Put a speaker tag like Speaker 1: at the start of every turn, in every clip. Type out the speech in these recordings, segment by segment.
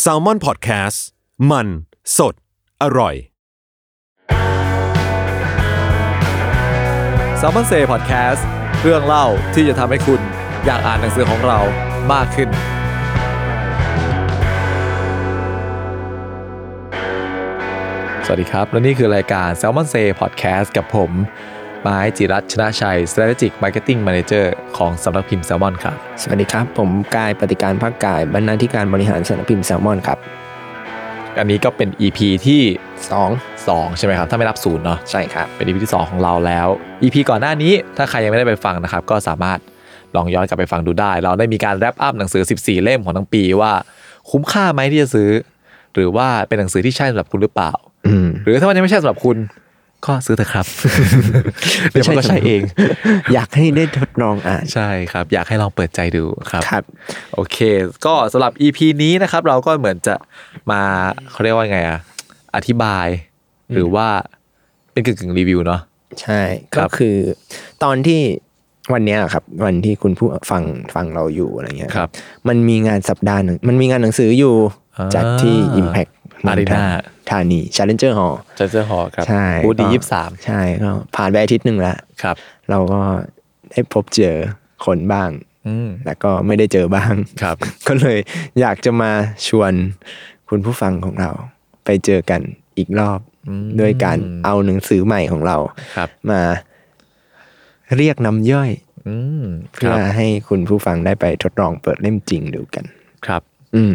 Speaker 1: แซลมอนพอดแคสต์มันสดอร่อย
Speaker 2: s ซ m ม n นเซ่พอดแคสต์เรื่องเล่าที่จะทำให้คุณอยากอ่านหนังสือของเรามากขึ้น สวัสดีครับ และนี่คือรายการ s ซ l m o n s a y Podcast กับผมไม้จิรัตน์ชนะชัย Strategic Marketing Manager ของสำนักพิมพ์ Salmon ครับ
Speaker 3: สวัสดีครับ ผมกายปฏิการภาคกายบรรณาธิการบริหารสำนักพิมพ์แซลมอนครับ
Speaker 2: อันนี้ก็เป็น EP ที่
Speaker 3: สอง
Speaker 2: 2 ใช่ไหมครับ ถ้าไม่นับศูนย์เนาะ
Speaker 3: ใช่ครับ
Speaker 2: เป็น EP ที่ 2 ของเราแล้ว EP ก่อนหน้านี้ถ้าใครยังไม่ได้ไปฟังนะครับ ก็สามารถลองย้อนกลับไปฟังดูได้ เราได้มีการแรปอัพหนังสือ 14 เล่มของทั้งปีว่า คุ้มค่าไหมที่จะซื้อ หรือว่าเป็นหนังสือที่ใช่สำหรับคุณหรือเปล่า
Speaker 3: อืม
Speaker 2: หรือถ้ามันยังไม่ใช่สำหรับคุณ ก็ซื้อเถอะ ครับ เดี๋ยวมันก็ใช่ เอง
Speaker 3: อยากให้ได้ทดลองอ่าน
Speaker 2: ใช่ครับ อยากให้ลองเปิดใจดูครับ
Speaker 3: ครับ
Speaker 2: โอเค ก็สำหรับ EP นี้นะครับ เราก็เหมือนจะมาเขาเรียกว่าไงอะอธิบาย หรือว่าเป็นกึ่งกึ่งๆรีวิวเนาะ
Speaker 3: ใช่
Speaker 2: ครั
Speaker 3: ก็
Speaker 2: บ
Speaker 3: คือ ตอนที่วันเนี้ยครับ วันที่คุณผู้ฟังฟังเราอยู่อะไรเงี้ย
Speaker 2: ครับ
Speaker 3: มันมีงานสัปดาห์หนึ่งมันมีงานหนังสืออยู่
Speaker 2: อ่า
Speaker 3: จัดที่ Impact เมืง
Speaker 2: Arena
Speaker 3: ธานี Challenger Hall
Speaker 2: จัดเจอหอครับ
Speaker 3: ใช่
Speaker 2: บูธดี
Speaker 3: ก็
Speaker 2: ยี่สิบสาม
Speaker 3: ใช่ก็ผ่านไปอาทิตย์หนึ่งละ
Speaker 2: ครับ
Speaker 3: เราก็ได้พบเจอคนบ้าง
Speaker 2: อืม
Speaker 3: แล้วก็ไม่ได้เจอบ้าง
Speaker 2: ครับ
Speaker 3: ก็เลยอยากจะมาชวนคุณผู้ฟังของเรา ไปเจอกันอีกรอบ
Speaker 2: อืม
Speaker 3: ด้วยการเอาหนังสือใหม่ของเรา
Speaker 2: ครับ
Speaker 3: มาเรียกน้ำย่อย
Speaker 2: อืม ค
Speaker 3: เพื่
Speaker 2: รั
Speaker 3: อบ ให้คุณผู้ฟังได้ไปทดลองเปิดเล่มจริงดูกัน
Speaker 2: ครับ
Speaker 3: อืม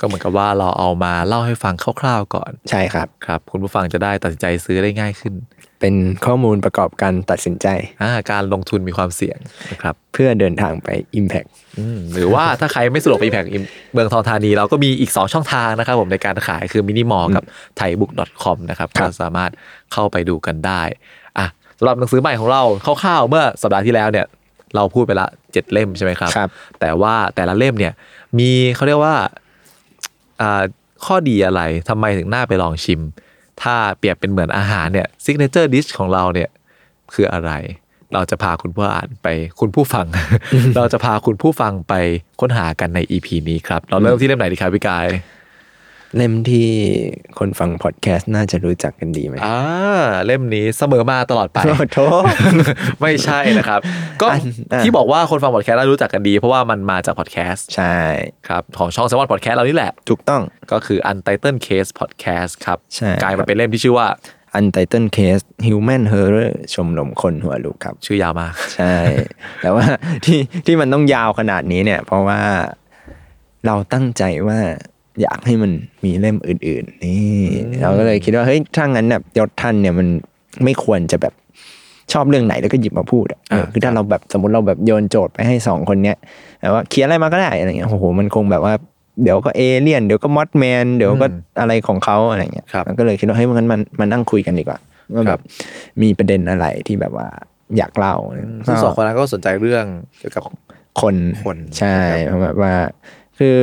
Speaker 2: ก็เหมือนกับว่าเราเอามาเล่าให้ฟังคร่าวๆก่อน
Speaker 3: ใช่ครับ
Speaker 2: ครับ คุณผู้ฟังจะได้ตัดสินใจซื้อได้ง่ายขึ้น
Speaker 3: เป็นข้อมูลประกอบการตัดสินใจ
Speaker 2: อ่า การลงทุนมีความเสี่ยงนะครับ
Speaker 3: เพื่อเดินทางไป Impact
Speaker 2: อืม หรือว่า ถ้าใครไม่สะดวกไปแผงเมืองทองธานี เราก็มีอีก 2 ช่องทางนะครับผมในการขายคือมินิมอลกับไทยบุ๊ก .com นะครับ
Speaker 3: ครั
Speaker 2: ก็
Speaker 3: บ
Speaker 2: สามารถเข้าไปดูกันได้ อ่ะสำหรับหนังสือใหม่ของเราคร่าวๆเมื่อสัปดาห์ที่แล้วเนี่ย เราพูดไปละเจ็ดเล่มใช่ไหมครับ แต่ว่าแต่ละเล่มเนี่ยมีเขาเรียกว่าอ่าข้อดีอะไรทำไมถึงน่าไปลองชิม ถ้าเปรียบเป็นเหมือนอาหารเนี่ยซิกเนเจอร์ดิชของเราเนี่ยคืออะไร เราจะพาคุณผู้อ่านไปคุณผู้ ฟัง เราจะพาคุณผู้ฟังไปค้นหากันใน EP นี้ครับ เราเริ่มที่เล่มไหนดีครับพี่ กาย
Speaker 3: เล่มที่คนฟังพอดแคสต์น่าจะรู้จักกันดีไหม
Speaker 2: อ่าเล่มนี้เสมอมาตลอดไป
Speaker 3: โอ้โท
Speaker 2: ไม่ใช่ นะครับ ก็
Speaker 3: อันอ่ะ
Speaker 2: ที่บอกว่าคนฟังพอดแคสต์น่ารู้จักกันดี เพราะว่ามันมาจากพอดแคสต์
Speaker 3: ใช่
Speaker 2: ครับของช่องสวอตพอดแคสต์เรานี่แหละ
Speaker 3: ถูกต้อง
Speaker 2: ก็คือ Untitled Case Podcast ครับ
Speaker 3: ใช่
Speaker 2: กลาย
Speaker 3: ครั
Speaker 2: มา
Speaker 3: บ
Speaker 2: เป็นเล่มที่ชื่อว่า
Speaker 3: Untitled Case Human Horror ชมรมคนหัวลุกครับ
Speaker 2: ชื่อยาวมาก
Speaker 3: ใช่ แต่ว่าที่ที่มันต้องยาวขนาดนี้เนี่ย เพราะว่าเราตั้งใจว่าอยากให้มันมีเล่มอื่น ๆ นี่ เราก็เลยคิดว่าเฮ้ยถ้างั้นแบบยศท่านเนี่ยมันไม่ควรจะแบบชอบเรื่องไหนแล้วก็หยิบมาพูดอะเออคือถ้าเราแบบสมมติเราแบบโยนโจทย์ไปให้สองคนเนี้ยแบบว่าเขียนอะไรมาก็ได้อะไรเงี้ยโอ้โหมันคงแบบว่า เดี๋ยวก็เอเลี่ยนเดี๋ยวก็มอสแมนเดี๋ยวก็อะไรของเขาอะไรเงี้ย
Speaker 2: ครับ
Speaker 3: เราก็เลยคิดว่าเฮ้ยงั้นมันมันนั่งคุยกันดีกว่าว่าแบบมีประเด็นอะไรที่แบบว่าอยากเล่า
Speaker 2: ซึ่งสองคนนั้นก็สนใจเรื่องเกี่ยวกับ
Speaker 3: คน
Speaker 2: คน
Speaker 3: ใช่เพราะแบบว่า คือ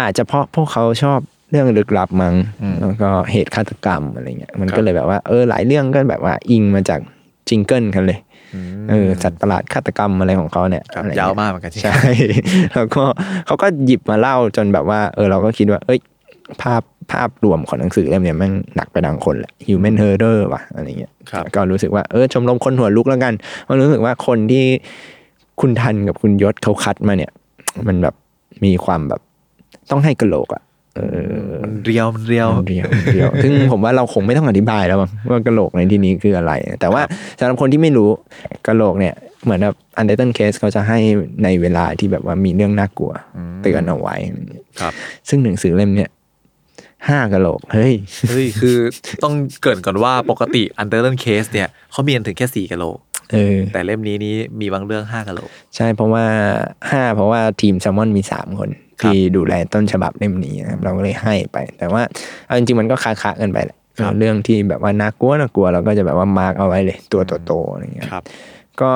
Speaker 3: อาจจะเพราะพวกเขาชอบเรื่องลึกลับมั้งแล้วก็เหตุฆาตกรรมอะไรเงี้ยมัน
Speaker 2: ครับ
Speaker 3: ก็เลยแบบว่าเออหลายเรื่องก็แบบว่าอิงมาจากจิงเกิลกันเลยเออสัตว์ประหลาดฆาตกรรมอะไรของเขาเนี่ย
Speaker 2: ครับ
Speaker 3: อะไรเงี้
Speaker 2: ยาวมากเหมือนกันที่
Speaker 3: ใช่ แล้วก็เขาก็หยิบมาเล่าจนแบบว่า เออเราก็คิดว่า เอ้ย ภาพภาพรวมของหนังสือเล่มเนี้ยแมันหนักไปทางคนแหละ human error ว่ะอะไรเงี้ย
Speaker 2: ครับ
Speaker 3: ก็รู้สึกว่าเออชมรมคนหัวลุกแล้วกันเพราะรู้สึกว่าคนที่คุณทันกับคุณยศเขาคัดมาเนี่ย มันแบบมีความแบบต้องให้กระโหลกอะเออ
Speaker 2: มันเรียว มันเรียว
Speaker 3: เรียวเรียว ซึ่งผมว่าเราคงไม่ต้องอธิบายแล้วมั้งว่ากระโหลกในที่นี้คืออะไร แต่ว่าสำหรับคนที่ไม่รู้กระโหลกเนี่ย เหมือนแบบอันเดอร์เคสเขาจะให้ในเวลาที่แบบว่ามีเรื่องน่ากลัว เตือนเอาไว้อะไรอย่างเงี้ย
Speaker 2: ครับ
Speaker 3: ซึ่งหนังสือเล่มเนี่ยห้ากระโหลกเฮ้ย
Speaker 2: เฮ้ย คือต้องเกรินก่อนว่าปกติ Untitled Case เนี่ยเขามีกันถึงแค่สี่กะโหลก
Speaker 3: เออ
Speaker 2: แต่เล่มนี้นี้มีบางเรื่องห้ากะโหลก
Speaker 3: ใช่เพราะว่าห้าเพราะว่าทีมแซลมอนมีสามคน ที่ดูแลต้นฉบับเล่มนี้นะครับเราก็เลยให้ไป แต่ว่าเอาจริงๆมันก็คาคาๆกันไปแหละ
Speaker 2: ครับ
Speaker 3: เรื่องที่แบบว่าน่ากลัวน่ากลัวเราก็จะแบบว่ามาร์กเอาไว้เลย ตัวโตๆอะไรเงี้ย
Speaker 2: ครับ
Speaker 3: ก็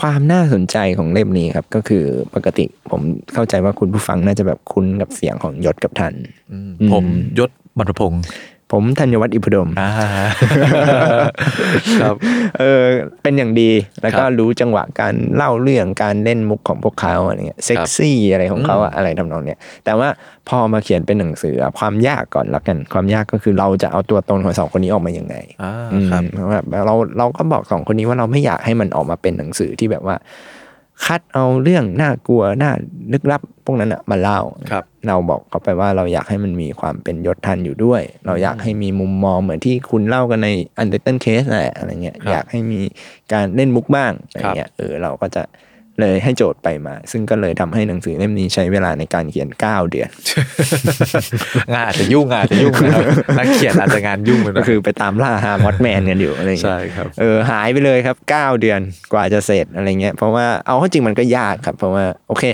Speaker 3: ความน่าสนใจของเล่มนี้ครับ ก็คือปกติผมเข้าใจว่าคุณผู้ฟังน่าจะแบบคุ้นกับเสียงของยศกับทัน
Speaker 2: ผม
Speaker 3: อืม
Speaker 2: ยศบรรพพงศ์
Speaker 3: ผมธัญวัฒน์อิพุดม
Speaker 2: อ่า ครับ
Speaker 3: เออเป็นอย่างดีแล้วก็
Speaker 2: ครับ
Speaker 3: รู้จังหวะการเล่าเรื่องการเล่นมุกของพวกเขาอะไรเงี้ยเซ็กซี่อะไรของเขาอะอะไรทำนองเนี้ยแต่ว่าพอมาเขียนเป็นหนังสืออะความยากก่อนละกัน ความยากก็คือเราจะเอาตัวตนของสองคนนี้ออกมายังไง
Speaker 2: อ่า
Speaker 3: อืม
Speaker 2: ครับ
Speaker 3: เพราะว่าเราเราก็บอกสองคนนี้ว่าเราไม่อยากให้มันออกมาเป็นหนังสือที่แบบว่า คัดเอาเรื่องน่ากลัวน่าลึกลับพวกนั้นอะมาเล่า
Speaker 2: ครับ
Speaker 3: เราบอกเขาไปว่าเราอยากให้มันมีความเป็นยศทันอยู่ด้วย เราอยากให้มีมุมมองเหมือนที่คุณเล่ากันใน u n d e r t a n Case แหละอะไรเงี้ย
Speaker 2: ครับ
Speaker 3: อยากให้มีการเล่นมุกบ้างอะไรเงี้ยเออเราก็จะเลยให้โจทย์ไปมา ซึ่งก็เลยทำให้หนังสือเล่มนี้ใช้เวลาในการเขียน 9 เดือน
Speaker 2: งานอาจจะยุ่งงานอาจจะยุ่งนะครับนักเขียนอาจจะงานยุ่งไปหน่
Speaker 3: ก็
Speaker 2: อย
Speaker 3: คือไปตามล่าหามอ t แมนกันอยู่อะไรเงี้
Speaker 2: ใช่
Speaker 3: ย
Speaker 2: ครับ
Speaker 3: เออหายไปเลยครับ 9 เดือนกว่าจะเสร็จอะไรเงี้ยเพราะว่าเอาเข้าจริงมันก็ยากครับ เพราะว่าโอเค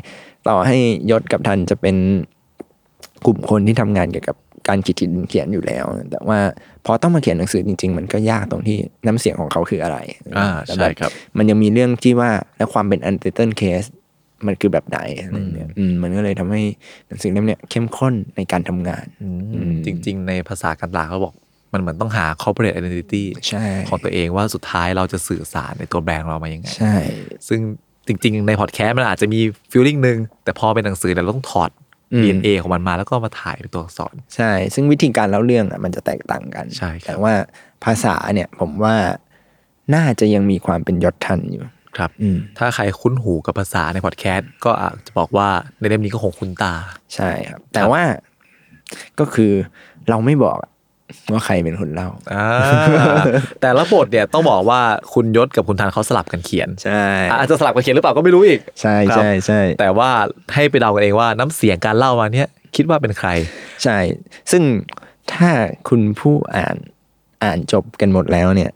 Speaker 3: ต่อให้ยศกับทันจะเป็น กลุ่มคนที่ทำงานเกี่ยวกับการคิดเขียนอยู่แล้ว แต่ว่าพอต้องมาเขียนหนังสือจริง ๆ มันก็ยากตรงที่น้ำเสียงของเขาคืออะไร
Speaker 2: อ่า
Speaker 3: แต่
Speaker 2: ใช่ครับ
Speaker 3: มันยังมีเรื่องที่ว่าแล้วความเป็น u n t i t l e case มันคือแบบไหนอะไรเงี้ยอืมมันก็เลยทำให้หนังสือเล่มเนี้ยเข้มข้นในการทำงาน อืม
Speaker 2: จริง ๆ ในภาษากันตลาดเขาบอก มันเหมือนต้องหา corporate identity
Speaker 3: ใช่
Speaker 2: ของตัวเองว่าสุดท้ายเราจะสื่อสารในตัวแบรนด์เรามายังไง
Speaker 3: ใช่
Speaker 2: ซึ่งจริง ๆ ในพอดแคสต์มันอาจจะมีฟีลลิ่งหนึ่งแต่พอเป็นหนังสือเนี่ยเราต้องถอด
Speaker 3: อืม
Speaker 2: DNA ของมันมาแล้วก็มาถ่ายเป็นตัวอักษร
Speaker 3: ใช่ ซึ่งวิธีการเล่าเรื่องอ่ะมันจะแตกต่างกัน
Speaker 2: ใช่ครับ
Speaker 3: แต่ว่าภาษาเนี่ยผมว่าน่าจะยังมีความเป็นยศทันอยู่
Speaker 2: ครับ
Speaker 3: อืม
Speaker 2: ถ้าใครคุ้นหูกับภาษาในพอดแคสต์ก็อาจจะบอกว่าในเล่มนี้ก็คงคุ้นตา
Speaker 3: ใช่ครับ แต่ว่าก็คือเราไม่บอกอะว่าใครเป็นคนเล่า
Speaker 2: อ่า แต่ละบทเนี่ยต้องบอกว่าคุณยศกับคุณทันเขาสลับกันเขียน
Speaker 3: ใช่
Speaker 2: อาจจะสลับกันเขียนหรือเปล่าก็ไม่รู้อีก
Speaker 3: ใช่
Speaker 2: ครับ
Speaker 3: ใช่ใช่
Speaker 2: แต่ว่าให้ไปเดากันเองว่าน้ำเสียงการเล่ามาเนี่ยคิดว่าเป็นใคร
Speaker 3: ใช่ ซึ่งถ้าคุณผู้อ่านอ่านจบกันหมดแล้วเนี่ย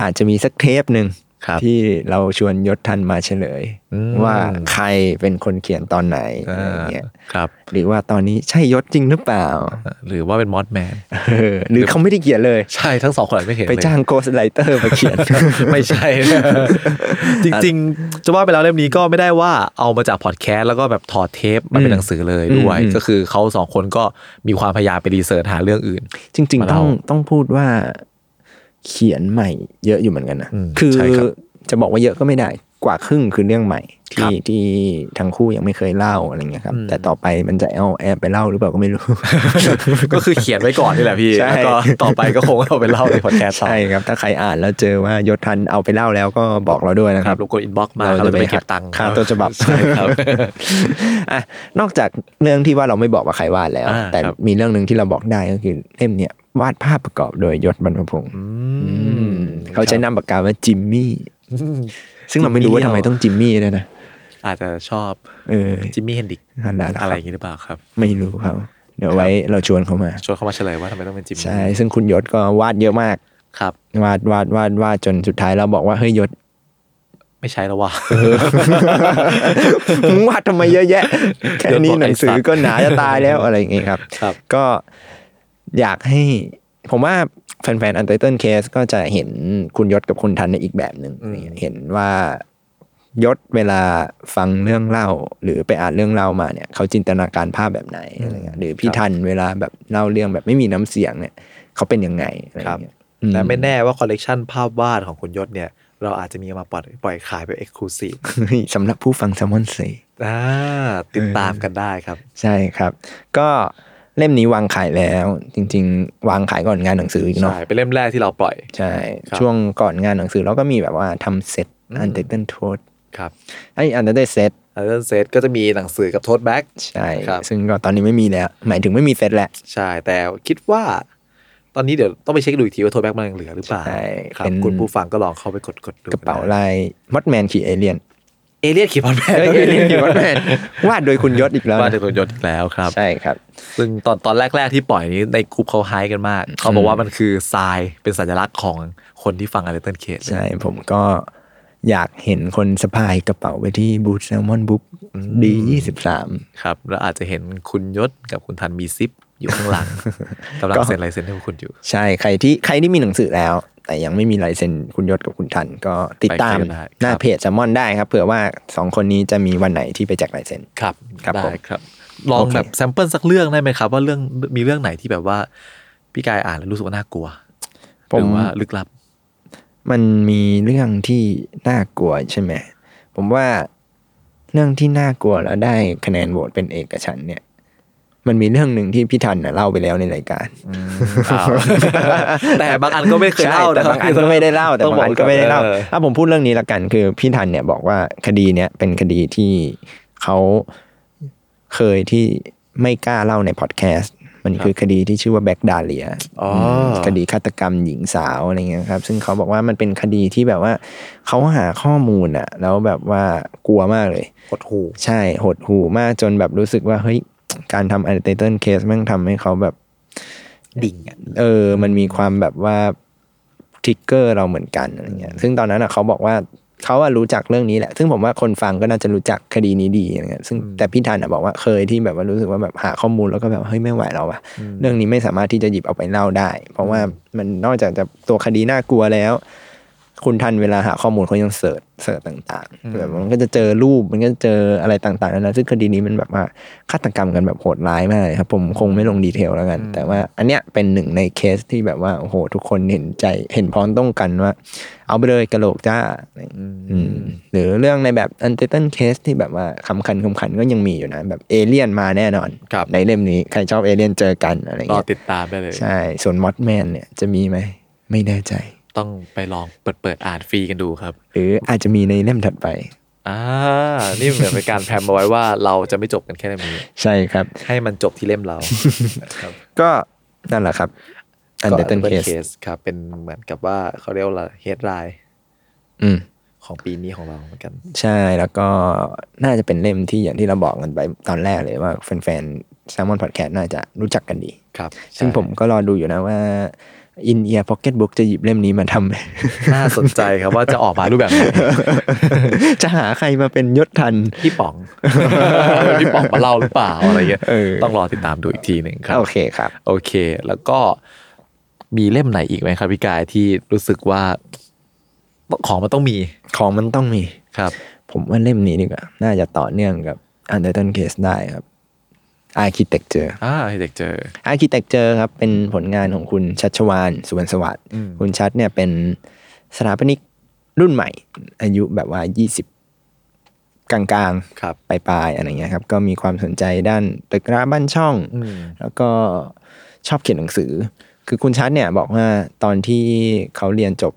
Speaker 3: อาจจะมีสักเทปหนึ่ง
Speaker 2: ครับ
Speaker 3: ที่เราชวนยศทันมาเฉลย
Speaker 2: อืม
Speaker 3: ว่าใครเป็นคนเขียนตอนไหนอะไร
Speaker 2: อ่า
Speaker 3: เงี้ย
Speaker 2: ครับ
Speaker 3: หรือว่าตอนนี้ใช่ยศจริงหรือเปล่า
Speaker 2: หรือว่าเป็นมอสแมน
Speaker 3: เออหรือเขาไม่ได้เขียนเลย
Speaker 2: ใช่ทั้งสองคนอาจไม่เห็น
Speaker 3: ไป
Speaker 2: เลย
Speaker 3: จ้างโกสไลเตอร์มาเขียน
Speaker 2: ไม่ใช่ จริงๆ จะว่าไปแล้วเล่มนี้ก็ไม่ได้ว่าเอามาจากพอดแคสต์แล้วก็แบบถอดเทปมาเป็นหนังสือเลยด้วย
Speaker 3: อืม
Speaker 2: ก็คือเขาสองคนก็มีความพยายามไปรีเสิร์ชหาเรื่องอื่น
Speaker 3: จริง
Speaker 2: มา
Speaker 3: ๆต้
Speaker 2: เล่า
Speaker 3: องต้องพูดว่าเขียนใหม่เยอะอยู่เหมือนกันนะ
Speaker 2: อืม
Speaker 3: คือ
Speaker 2: ใช่ครับ
Speaker 3: จะบอกว่าเยอะก็ไม่ได้กว่าครึ่งคือเรื่องใหม่
Speaker 2: ครับ
Speaker 3: ที่ที่ทั้งคู่ยังไม่เคยเล่าอะไรเงี้ยครับ
Speaker 2: อืม
Speaker 3: แต่ต่อไปมันจะเอาแอบไปเล่าหรือเปล่าก็ไม่รู้
Speaker 2: ก็คือเขียนไว้ก่อนนี่แหละพี่
Speaker 3: ใช่
Speaker 2: แล้วก็ต่อไปก็คงเอาไปเล่าในพอดแคสต์ต่อ
Speaker 3: ใช่ครับ ถ้าใครอ่านแล้วเจอว่ายศทันเอาไปเล่าแล้วก็บอกเราด้วยนะ
Speaker 2: ค
Speaker 3: ค
Speaker 2: รั
Speaker 3: รั
Speaker 2: บบ รบกวนอินบ็อกซ์มาเราจะไปเก็บตังค์
Speaker 3: ค่าตัวฉบับ
Speaker 2: ใช่ครับ
Speaker 3: อ่ะนอกจากเรื่องที่ว่าเราไม่บอกว่าใครวาดแล้ว
Speaker 2: อ่า
Speaker 3: แต่
Speaker 2: ครับ
Speaker 3: มีเรื่องหนึ่งที่เราบอกได้ก็คือเล่มเนี่ยวาดภาพประกอบโดยยศบรรพพงษ
Speaker 2: อืม
Speaker 3: เขาใช้นามปากกาว่าจิมมี่ ซึ่งเราไม่
Speaker 2: จิมมี่
Speaker 3: รู้ว่าทำไมต้องจิมมี่ด้วยนะ
Speaker 2: อาจจะชอบ
Speaker 3: เออ
Speaker 2: จิมมี่เฮนดิก
Speaker 3: นั่นแหละ
Speaker 2: อะไรอย่างนี้หรือเปล่าครับ
Speaker 3: ไม่รู้เขา เดี๋ยวไว้เราชวนเขามา
Speaker 2: ชวนเขามาเฉลยว่าทำไมต้องเป็นจิมมี่
Speaker 3: ใช่ ซึ่งคุณยศก็วาดเยอะมาก
Speaker 2: ครับ
Speaker 3: วาดวาดวาดวาดจนสุดท้ายเราบอกว่า เฮ้ยยศ
Speaker 2: ไม่ใช่แล้วว่ะ
Speaker 3: มึงวาดทำไมเยอะแยะ แค่นี้
Speaker 2: ยศบอก
Speaker 3: หนังสือ
Speaker 2: ไอ้สัตว์
Speaker 3: ก็หนาจะตาย แล้วอะไรอย่างเงี้ยครับ
Speaker 2: ครับ
Speaker 3: ก็อยากให้ ผมว่าแฟนๆอันเตอร์เคสก็จะเห็นคุณยศกับคุณทันในอีกแบบหนึ่งเห็นว่ายศเวลาฟังเรื่องเล่า หรือไปอ่านเรื่องเล่ามาเนี่ย เขาจินตนาการภาพแบบไหนอะไรเงี้ยหรือพี่ทันเวลาแบบเล่าเรื่องแบบไม่มีน้ำเสียงเนี่ย เขาเป็นยังไงอะไร
Speaker 2: ครับ
Speaker 3: เงี้ยอืม
Speaker 2: และไม่แน่ว่าคอลเลกชันภาพวาดของคุณยศเนี่ย เราอาจจะมีเอามาปล่อยปล่อยขายแบบเอ็กซ์คลูซีฟ
Speaker 3: สำหรับผู้ฟังแซมมอนซี
Speaker 2: ติดตามกันได้ครับ
Speaker 3: ใช่ครับ ก็เล่มนี้วางขายแล้ว จริง ๆ วางขายก่อนงานหนังสืออีกเนาะ
Speaker 2: ใช่ เป็นเล่มแรกที่เราปล่อย
Speaker 3: ใช่
Speaker 2: ครับ
Speaker 3: ช่วงก่อนงานหนังสือเราก็มีแบบว่าทำเซตอันเดอร์เทนโทษ
Speaker 2: ครับ
Speaker 3: ไออันเดอร์เซต
Speaker 2: แล้วเซตก็จะมีหนังสือกับโทษแบ็ก
Speaker 3: ใช่
Speaker 2: ครับ
Speaker 3: ซึ่งก็ตอนนี้ไม่มีแล้ว หมายถึงไม่มีเซตแหละ
Speaker 2: ใช่ แต่คิดว่า ตอนนี้เดี๋ยวต้องไปเช็คดูอีกทีว่าโทษแบ็กมันยังเหลือหรือเปล่า
Speaker 3: ใช่
Speaker 2: ครับคุณผู้ฟังก็ลองเข้าไปกดกดๆดู
Speaker 3: กระเป๋าลายมอดแมนขี่เอเลียน
Speaker 2: เอเลียนขี่พอนแมน
Speaker 3: เอเลียนขี่มอดแม นวาดโดยคุณยศอีกแล้ว
Speaker 2: ว่า
Speaker 3: นะ
Speaker 2: เดี๋ยวคุณยศอีกแล้วครับ
Speaker 3: ใช่ครับ
Speaker 2: ซึ่งตอนตอนแรก ๆ ที่ปล่อยนี้ในกลุ่มเขาไฮกันมาก เขาบอกว่ามันคือทรายเป็นสัญลักษณ์ของคนที่ฟังอเลเทนเคส
Speaker 3: ใช่ผมก็ อยากเห็นคนสะพายกระเป๋าไปที่บูธแซลมอนบุ๊กดียี่สิบสาม
Speaker 2: ครับ แล้วอาจจะเห็นคุณยศกับคุณทันมีซิปอยู่ข้าง หลัง กำลังเซ็นลายเซ็นให้พวกคุณอยู่
Speaker 3: ใช่ใครที่ใครที่มีหนังสือแล้ว แต่ยังไม่มีลายเซ็นคุณยศกับคุณทันก็ติดตาม
Speaker 2: ไปได้ครับ
Speaker 3: หน้าเพจแซมมอนได้ครับเผื่อว่าสองคนนี้จะมีวันไหนที่ไปแจกลายเซ็น
Speaker 2: ครับ
Speaker 3: ครับ
Speaker 2: ได้
Speaker 3: ผม
Speaker 2: ครับ ลอง
Speaker 3: โอเค
Speaker 2: แบบแซมเปิลสักเรื่องได้ไหมครับ ว่าเรื่องมีเรื่องไหนที่แบบว่า พี่กายอ่านแล้วรู้สึกว่าน่ากลัวหรือว่าลึก ลับ
Speaker 3: มันมีเรื่องที่น่ากลัวใช่ไหมผมว่าเรื่องที่น่ากลัวแล้วได้คะแนนโหวตเป็นเอกฉันท์เนี่ย มันมีเรื่องหนึ่งที่พี่ทันน่ะเล่าไปแล้วในรายการ
Speaker 2: อ้าวแต่บางอันก็ไม่เคยเล่า
Speaker 3: ใช่แต่
Speaker 2: นะค
Speaker 3: บางอันก็ไม่ได้เล่าแต่บางอันก็ไม่ได้เล่า
Speaker 2: ออ
Speaker 3: ถ้าผมพูดเรื่องนี้ละกันคือพี่ทันเนี่ยบอกว่าคดีเนี่ยเป็นคดีที่เขาเคยที่ไม่กล้าเล่าในพอดแคสต์มันคือคดีที่ชื่อว่าแบ็กดาเลีย
Speaker 2: อ๋อ
Speaker 3: มคดีฆาตกรรมหญิงสาวอะไรเงี้ยครับ ซึ่งเขาบอกว่ามันเป็นคดีที่แบบว่า เขาหาข้อมูลอะแล้วแบบว่ากลัวมากเลย
Speaker 2: กดหู
Speaker 3: ใช่หดหูมากจนแบบรู้สึกว่าเฮ้ยการทำอันเติลเคสมันทำให้เขาแบบ
Speaker 2: ดิ่งอ่ะ
Speaker 3: เออ มันมีความแบบว่าทริกเกอร์เราเหมือนกันอะไรเงี้ย ซึ่งตอนนั้นอะเขาบอกว่าเขาอะรู้จักเรื่องนี้แหละ ซึ่งผมว่าคนฟังก็น่าจะรู้จักคดีนี้ดีอะไรเงี้ย ซึ่งแต่พี่ทันอะบอกว่าเคยที่แบบว่ารู้สึกว่าแบบหาข้อมูลแล้วก็แบบเฮ้ยไม่ไหวแล้วอะเรื่องนี้ไม่สามารถที่จะหยิบเอาไปเล่าได้ เพราะว่ามันนอกจากจะตัวคดีน่ากลัวแล้ว คุณทันเวลาหาข้อมูลเขายังเสิร์ชเสิร์ชต่างๆแบบมันก็จะเจอรูปมันก็จะเจออะไรต่างๆนานะซึ่งคดีนี้มันแบบว่าฆาตกรรมกันแบบโหดร้ายมากเลยครับ ผมคงไม่ลงดีเทลแล้วกัน แต่ว่าอันเนี้ยเป็นหนึ่งในเคสที่แบบว่าโอ้โหทุกคนเห็นใจเห็นพ้องต้องกันว่า เอาไปเลยกระโหลกจ้าอืมหรือเรื่องในแบบอันเตอร์เคสที่แบบว่าคำคันคำคันก็ยังมีอยู่นะ แบบเอเลี่ยนมาแน่นอน
Speaker 2: ครับ
Speaker 3: ในเล่มนี้ใครชอบเอเลี่ยนเจอกันอะไร
Speaker 2: รอ
Speaker 3: เงี้ย
Speaker 2: ติดตามได้เลย
Speaker 3: ใช่ส่วนมอสแมนเนี่ยจะมีไหมไม่แน่ใจ
Speaker 2: ต้องไปลองเปิดเปิดๆอ่านฟรีกันดูครับ
Speaker 3: หรืออาจจะมีในเล่มถัดไป
Speaker 2: อ่า นี่เหมือนเป็นการแพรมเอาไว้ว่าเราจะไม่จบกันแค่เล่ มนี้
Speaker 3: ใช่ครับ
Speaker 2: ให้มันจบที่เล่ มเราครับ
Speaker 3: ก็นั่นแหละครับ อันเดอร์ตัน
Speaker 2: ก็
Speaker 3: เค
Speaker 2: Undertale
Speaker 3: ส
Speaker 2: Case ครับ เป็นเหมือนกับว่าเขาเรียกว่าเฮดไลน์
Speaker 3: อืม
Speaker 2: ของปีนี้ของเราเหมือนกัน
Speaker 3: ใช่แล้วก็น่าจะเป็นเล่มที่อย่างที่เราบอกกันไปตอนแรกเลยว่าแฟนๆแซมมอนพอดแคสต์น่าจะรู้จักกันดี
Speaker 2: ครับ
Speaker 3: ซึ่ง
Speaker 2: ใช่
Speaker 3: ผมก็รอดูอยู่นะว่าอินเอียร์พ็อกเก็ตบุ๊กจะหยิบเล่มนี้มาทำไหม
Speaker 2: น่าสนใจครับ ว่าจะออกมารูปแบบไหน
Speaker 3: จะหาใครมาเป็นยศทัน
Speaker 2: พี่ป๋อง พี่ป๋องมาเล่าหรือเปล่าอะไรเงี้ย
Speaker 3: เออ
Speaker 2: ต้องรอติดตามดูอีกทีหนึ่งครับ
Speaker 3: โอเคครับ
Speaker 2: โอเค แล้วก็มีเล่มไหนอีกไหมครับพี่กายที่รู้สึกว่า ของมันต้องมี
Speaker 3: ของมันต้องมี
Speaker 2: ครับ
Speaker 3: ผมว่าเล่มนี้ดีกว่า น่าจะต่อเนื่องกับอันเดอร์ตันเคสได้ครับอาร์คิเต็กเจอ
Speaker 2: อ่าให้เด็กเจอ
Speaker 3: อาร์คิเต็กเจอครับเป็นผลงานของคุณชัชวานสุวรรณสวัสดิ์
Speaker 2: อืม
Speaker 3: คุณชัดเนี่ยเป็นสถาปนิกรุ่นใหม่ อายุแบบว่า 20 กลาง
Speaker 2: ครับ
Speaker 3: ๆปลายๆอะไรเงี้ยครับก็มีความสนใจด้านตึกร้างบ้านช่อง
Speaker 2: อืม
Speaker 3: แล้วก็ชอบเขียนหนังสือ คือคุณชัดเนี่ยบอกว่าตอนที่เขาเรียนจบ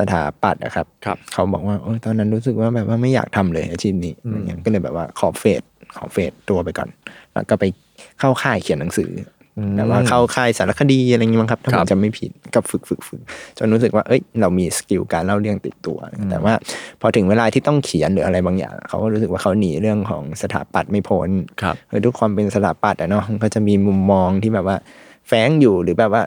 Speaker 3: สถาปัตย์นะครับ
Speaker 2: ครับ
Speaker 3: เขาบอกว่าโอยตอนนั้นรู้สึกว่าแบบว่าไม่อยากทำเลยอาชีพนี้อะไรเงี้ยก็เลยแบบว่าขอเฟดขอเฟดตัวไปก่อน แล้วก็ไปเข้าค่ายเขียนหนังสืออ
Speaker 2: ม
Speaker 3: แบบว่าเข้าค่ายสารคดีอะไรเงี้ยมั้งครับถ้า
Speaker 2: ค
Speaker 3: ผ
Speaker 2: รับ
Speaker 3: มจำไม่ผิดกับฝึกฝึกฝึกจนรู้สึกว่าเอ้ยเรามีสกิลการเล่าเรื่องติดตัว แต่ว่าพอถึงเวลาที่ต้องเขียนหรืออะไรบางอย่าง เขาก็รู้สึกว่าเขาหนีเรื่องของสถาปัตย์ไม่พ้น
Speaker 2: ครับ
Speaker 3: เออด้วยความเป็นสถาปัตย์อะเนาะมันก็จะมีมุมมองที่แบบว่า แฝงอยู่หรือแบบว่า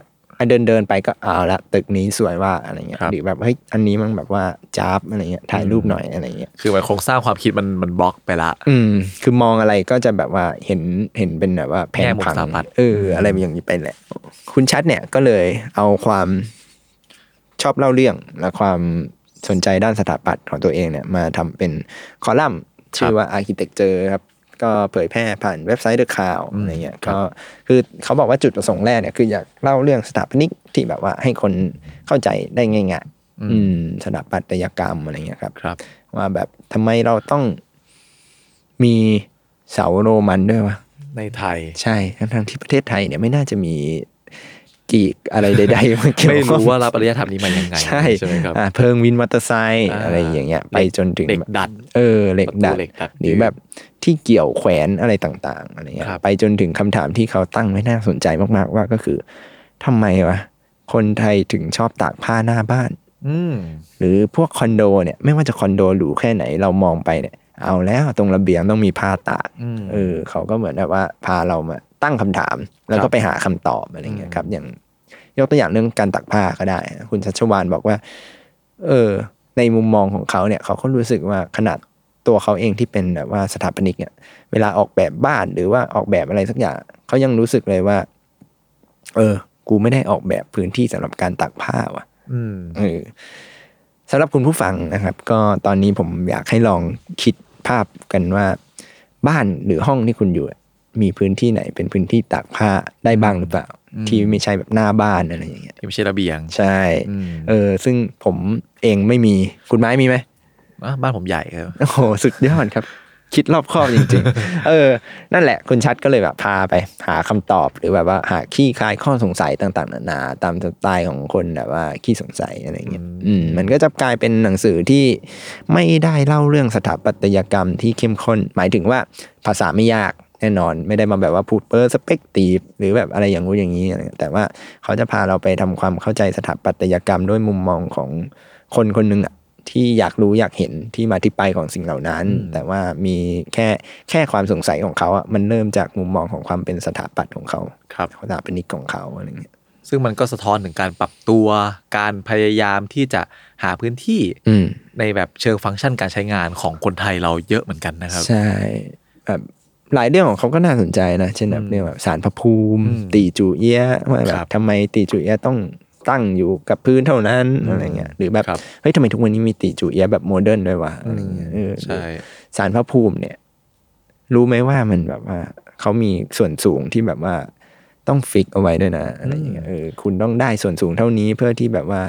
Speaker 3: เดินเดินๆไปก็เอาละตึกนี้สวยว่าอะไรเงี้ย
Speaker 2: ครับ
Speaker 3: หรือแบบเฮ้ยอันนี้มันแบบว่าจ้าบอะไรเงี้ยถ่ายรูปหน่อยอะไรเงี้ย
Speaker 2: คือหมายโครงสร้างความคิดมันมันบล็อกไปละ
Speaker 3: อืม คือมองอะไรก็จะแบบว่าเห็นเห็นเป็นแบบว่าแผนผัง
Speaker 2: แง่มุมสถาปัตย์
Speaker 3: เอออะไรอย่างนี้ไปแหละ คุณชัดเนี่ยก็เลยเอาความชอบเล่าเรื่องและความสนใจด้านสถาปัตย์ของตัวเองเนี่ยมาทำเป็นคอลัมน์ชื่อว่า Architecture ครับ ก็เผยแพร่ผ่านเว็บไซต์เดอะข่าวอะไรเงี้ยก็คือเขาบอกว่าจุดประสงค์แรกเนี่ยคืออยากเล่าเรื่องสถาปนิกที่แบบว่าให้คนเข้าใจได้ง่ายๆอืมสถาปัตยกรรมอะไรเงี้ยครับ
Speaker 2: ครับ
Speaker 3: ว่าแบบทำไมเราต้องมีเสาโรมันด้วยวะ
Speaker 2: ในไทย
Speaker 3: ใช่ทั้งทที่ประเทศไทยเนี่ยไม่น่าจะมีกี่อะไรใดๆมาเกี่ยว
Speaker 2: ไม่
Speaker 3: ข้อง
Speaker 2: รู้ว่ารับอารยธรรมนี้มายังไง
Speaker 3: ใช่
Speaker 2: ใช่ไหมครับ
Speaker 3: อ่าเพิงวินมอเตอร์ไซค์อะไรอย่างเงี้ย ไปจนถึง
Speaker 2: เด็กดัด
Speaker 3: เออเหล็กดัด
Speaker 2: ประตูเหล็กดัด
Speaker 3: หรือแบบที่เกี่ยวแขวนอะไรต่างๆอะไรเงี้ย
Speaker 2: ครับ
Speaker 3: ไปจนถึงคำถามที่เขาตั้งไว้น่าสนใจมากๆ ว่าก็คือทำไมวะคนไทยถึงชอบตากผ้าหน้าบ้าน
Speaker 2: อืม
Speaker 3: หรือพวกคอนโดเนี่ยไม่ว่าจะคอนโดหรูแค่ไหนเรามองไปเนี่ย เอาแล้วตรงระเบียงต้องมีผ้าตาก
Speaker 2: อืม
Speaker 3: เออเขาก็เหมือนแบบว่าพาเรามาตั้งคำถาม แล้ว
Speaker 2: ครั
Speaker 3: ก็
Speaker 2: บ
Speaker 3: ไปหาคำตอบอะไรเงี้ยครับ อย่างยกตัวอย่างเรื่องการตักผ้าก็ได้ คุณชัชวานบอกว่า เออ ในมุมมองของเขาเนี่ยเขาก็รู้สึกว่าขนาดตัวเขาเองที่เป็นแบบว่าสถาปนิกเนี่ย เวลาออกแบบบ้านหรือว่าออกแบบอะไรสักอย่างเขายังรู้สึกเลยว่า เออ กูไม่ได้ออกแบบพื้นที่สำหรับการตากผ้าว่ะ
Speaker 2: อืม
Speaker 3: เออสำหรับคุณผู้ฟังนะครับ ก็ตอนนี้ผมอยากให้ลองคิดภาพกันว่า บ้านหรือห้องที่คุณอยู่อะมีพื้นที่ไหนเป็นพื้นที่ตากผ้าได้บ้างหรือเปล่า
Speaker 2: อืม
Speaker 3: ที่ไม่ใช่แบบหน้าบ้านอะไรอย่างเงี้ย
Speaker 2: ที่ไม่ใช่ระเบียง
Speaker 3: ใช่
Speaker 2: อืม
Speaker 3: เออ ซึ่งผมเองไม่มีคุณไม้มีไหม
Speaker 2: อ่ะบ้านผมใหญ่ครับ
Speaker 3: โอ้โหสุดยอดครับ คิดรอบคอบจริง ๆ เออ นั่นแหละ คุณชัดก็เลยแบบพาไป หาคำตอบหรือแบบว่า หาขี้คลายข้อสงสัยต่าง ๆ นานาตามสไตล์ของคนแบบว่าขี้สงสัยอะไรอย่างเงี้ย อืมมันก็จะกลายเป็นหนังสือที่ไม่ได้เล่าเรื่องสถาปัตยกรรมที่เข้มข้น หมายถึงว่าภาษาไม่ยากแน่นอน ไม่ได้มาแบบว่าพูดเปอร์สเปกตีฟหรือแบบอะไรอย่างงู้นอย่างนี้อะไรเงี้ยแต่ว่าเขาจะพาเราไปทำความเข้าใจสถาปัตยกรรมด้วยมุมมองของคนคนหนึ่งอะที่อยากรู้อยากเห็นที่มาที่ไปของสิ่งเหล่านั้น
Speaker 2: อืม
Speaker 3: แต่ว่ามีแค่แค่ความสงสัยของเขาอะมันเริ่มจากมุมมองของความเป็นสถาปัตย์ของเขา
Speaker 2: ครับ
Speaker 3: สถาปนิกของเขาอะไรเงี้ย
Speaker 2: ซึ่งมันก็สะท้อนถึงการปรับตัวการพยายามที่จะหาพื้นที่
Speaker 3: อืม
Speaker 2: ในแบบเชิงฟังก์ชันการใช้งานของคนไทยเราเยอะเหมือนกันนะครับ
Speaker 3: ใช่แบบหลายเรื่องของเขาก็น่าสนใจนะ เช่นแบบ
Speaker 2: อืม
Speaker 3: เรื่องแบบสารพระภูมิ
Speaker 2: อืม
Speaker 3: ตีจูเอียะว่าแบ
Speaker 2: ครับ บ
Speaker 3: ทำไมตีจูเอียะต้องตั้งอยู่กับพื้นเท่านั้นอะไรเงี้ยหรือแบบ
Speaker 2: ครับ
Speaker 3: เฮ้ยทำไมทุกวันนี้มีตีจูเอียะแบบโมเดิร์นด้วยวะอะไรเงี้ยเออ
Speaker 2: ใช่
Speaker 3: สารพระภูมิเนี่ย รู้ไหมว่ามันแบบว่าเขามีส่วนสูงที่แบบว่าต้องฟิกเอาไว้ด้วยนะอะไรเงี้ยเออคุณต้องได้ส่วนสูงเท่านี้เพื่อที่แบบว่า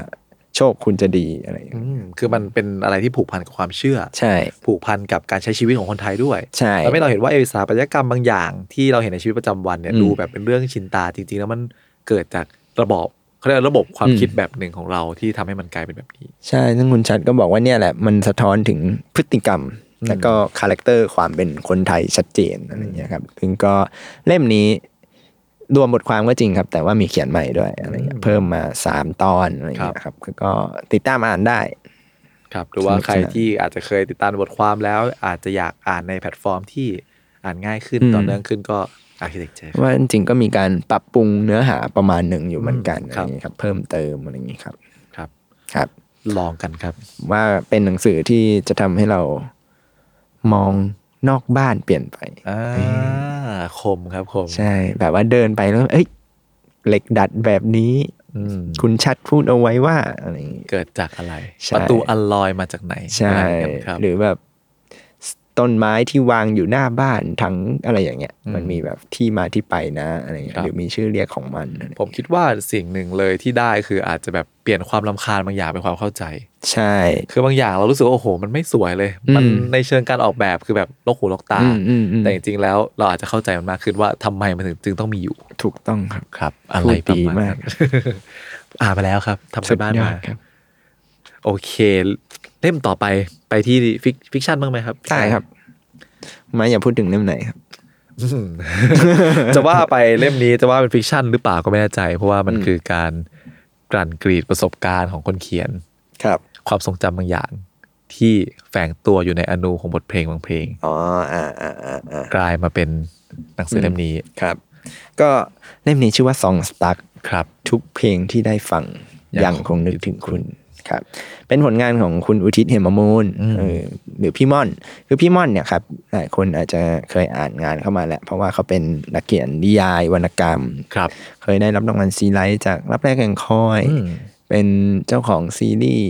Speaker 3: โชคคุณจะดีอะไรอย่าง
Speaker 2: อืม
Speaker 3: เงี้ย
Speaker 2: คือมันเป็นอะไรที่ผูกพันกับความเชื่อ
Speaker 3: ใช่
Speaker 2: ผูกพันกับการใช้ชีวิตของคนไทยด้วย
Speaker 3: ใช่
Speaker 2: ทำให้เราเห็นว่าเออสถาปัตยกรรมบางอย่าง ที่เราเห็นในชีวิตประจำวันเนี่ย
Speaker 3: อืม
Speaker 2: ดูแบบเป็นเรื่องชินตาจริงๆ แล้วมันเกิดจากระบอบเขาเรียกว่าระบบความ
Speaker 3: อืม
Speaker 2: คิดแบบหนึ่งของเราที่ทำให้มันกลายเป็นแบบนี้
Speaker 3: ใช่ซึ่งคุณชัดก็บอกว่าเนี่ยแหละมันสะท้อนถึงพฤติกรรม และก็คาแรคเตอร์ความเป็นคนไทยชัดเจนอะไรอย่างเงี้ยครับซึ่งก็เล่มนี้รวมบทความก็จริงครับ แต่ว่ามีเขียนใหม่ด้วยอะไรเงี้ยเพิ่มมาสามตอนอะไรอย่างเงี้ยครับก็ติดตามอ่านได้
Speaker 2: ครับหรือว่า
Speaker 3: สนุกสนาน
Speaker 2: ใครที่อาจจะเคยติดตามบทความแล้ว อาจจะอยากอ่านในแพลตฟอร์มที่อ่านง่ายขึ้น
Speaker 3: อืม
Speaker 2: ต่อเนื่องขึ้นก็อาร์เคเต็กเจ
Speaker 3: ว่าจริงๆก็มีการปรับปรุงเนื้อหาประมาณหนึ่งอยู่เหมือนกัน
Speaker 2: อืม
Speaker 3: อะ
Speaker 2: ค
Speaker 3: ไร
Speaker 2: รับ
Speaker 3: อย่างเงี้ยครับเพิ่มเติมอะไรอย่างเงี้ยครับ
Speaker 2: ครับ
Speaker 3: ครับ
Speaker 2: ลองกันครับ
Speaker 3: ว่าเป็นหนังสือที่จะทำให้เรามองนอกบ้านเปลี่ยนไป
Speaker 2: อ่า คมครับคม
Speaker 3: ใช่ แบบว่าเดินไปแล้ว เอ้ยเหล็กดัดแบบนี้
Speaker 2: อืม
Speaker 3: คุณชัดพูดเอาไว้ว่าอะไรอย่างงี้
Speaker 2: เกิดจากอะไร
Speaker 3: ใช่
Speaker 2: ประตูอัลลอยมาจากไหน
Speaker 3: ใช่
Speaker 2: อะไรอย่างเงี้ยครับ
Speaker 3: หรือแบบต้นไม้ที่วางอยู่หน้าบ้านทั้งอะไรอย่างเงี้ย
Speaker 2: อืม
Speaker 3: มันมีแบบที่มาที่ไปนะอะไรอย่างเงี้
Speaker 2: ครับ
Speaker 3: ยหรือมีชื่อเรียกของมันอะไร
Speaker 2: ผมคิดว่าสิ่งหนึ่งเลยที่ได้คืออาจจะแบบเปลี่ยนความลำคาญบางอย่างเป็นความเข้าใจ
Speaker 3: ใช่
Speaker 2: คือบางอย่างเรารู้สึกว่าโอ้โห มันไม่สวยเลย มัน
Speaker 3: อืม
Speaker 2: ในเชิงการออกแบบคือแบบลกหูลกตา
Speaker 3: อืมอืมอืม
Speaker 2: แต่จริงๆแล้วเราอาจจะเข้าใจมันมากขึ้นว่าทำไมมันถึงจึงต้องมีอยู่
Speaker 3: ถูกต้องครับ
Speaker 2: ครับอะไร
Speaker 3: พูด
Speaker 2: ประ
Speaker 3: ดี
Speaker 2: มาณ
Speaker 3: มาก
Speaker 2: นั้น อ่านมาแล้วครับทำกันบ้าน
Speaker 3: สุดยอ
Speaker 2: มา
Speaker 3: ดครับ
Speaker 2: โอเค เล่มต่อไปไปที่ฟิกฟิกชันบ้างไหมครับ
Speaker 3: ใช่ครับ ไม่อย่ากพูดถึงเล่มไหนครับ
Speaker 2: อืม จะว่าไปเล่มนี้จะว่าเป็นฟิกชันหรือเปล่าก็ไม่แน่ใจ เพราะว่ามัน
Speaker 3: อืม
Speaker 2: คือการกลั่นกรีดประสบการณ์ของคนเขียน
Speaker 3: ครับ
Speaker 2: ความทรงจำบางอย่าง ที่แฝงตัวอยู่ในอนูของบทเพลงบางเพลง
Speaker 3: อ๋ออ่าอ่าอ่าอ่าก
Speaker 2: ลายมาเป็นหนังสือเล่มนี้
Speaker 3: ครับ ก็เล่มนี้ชื่อว่าซองสตั๊ก
Speaker 2: ครับ
Speaker 3: ทุกเพลงที่ได้ฟัง
Speaker 2: ยั
Speaker 3: ยังงคงนึกถึงคุณครับ เป็นผลงานของคุณอุทิศเหมมูล
Speaker 2: อืม
Speaker 3: เออหรือพี่ม่อน คือพี่ม่อนเนี่ยครับหลายคนอาจจะเคยอ่านงานเข้ามาแหละ เพราะว่าเขาเป็นนักเขียนนิยายวรรณกรรม
Speaker 2: ครับ
Speaker 3: เคยได้รับรางวัลซีไลท์จากรับแรกแก่งคอย
Speaker 2: อืม
Speaker 3: เป็นเจ้าของซีรีส์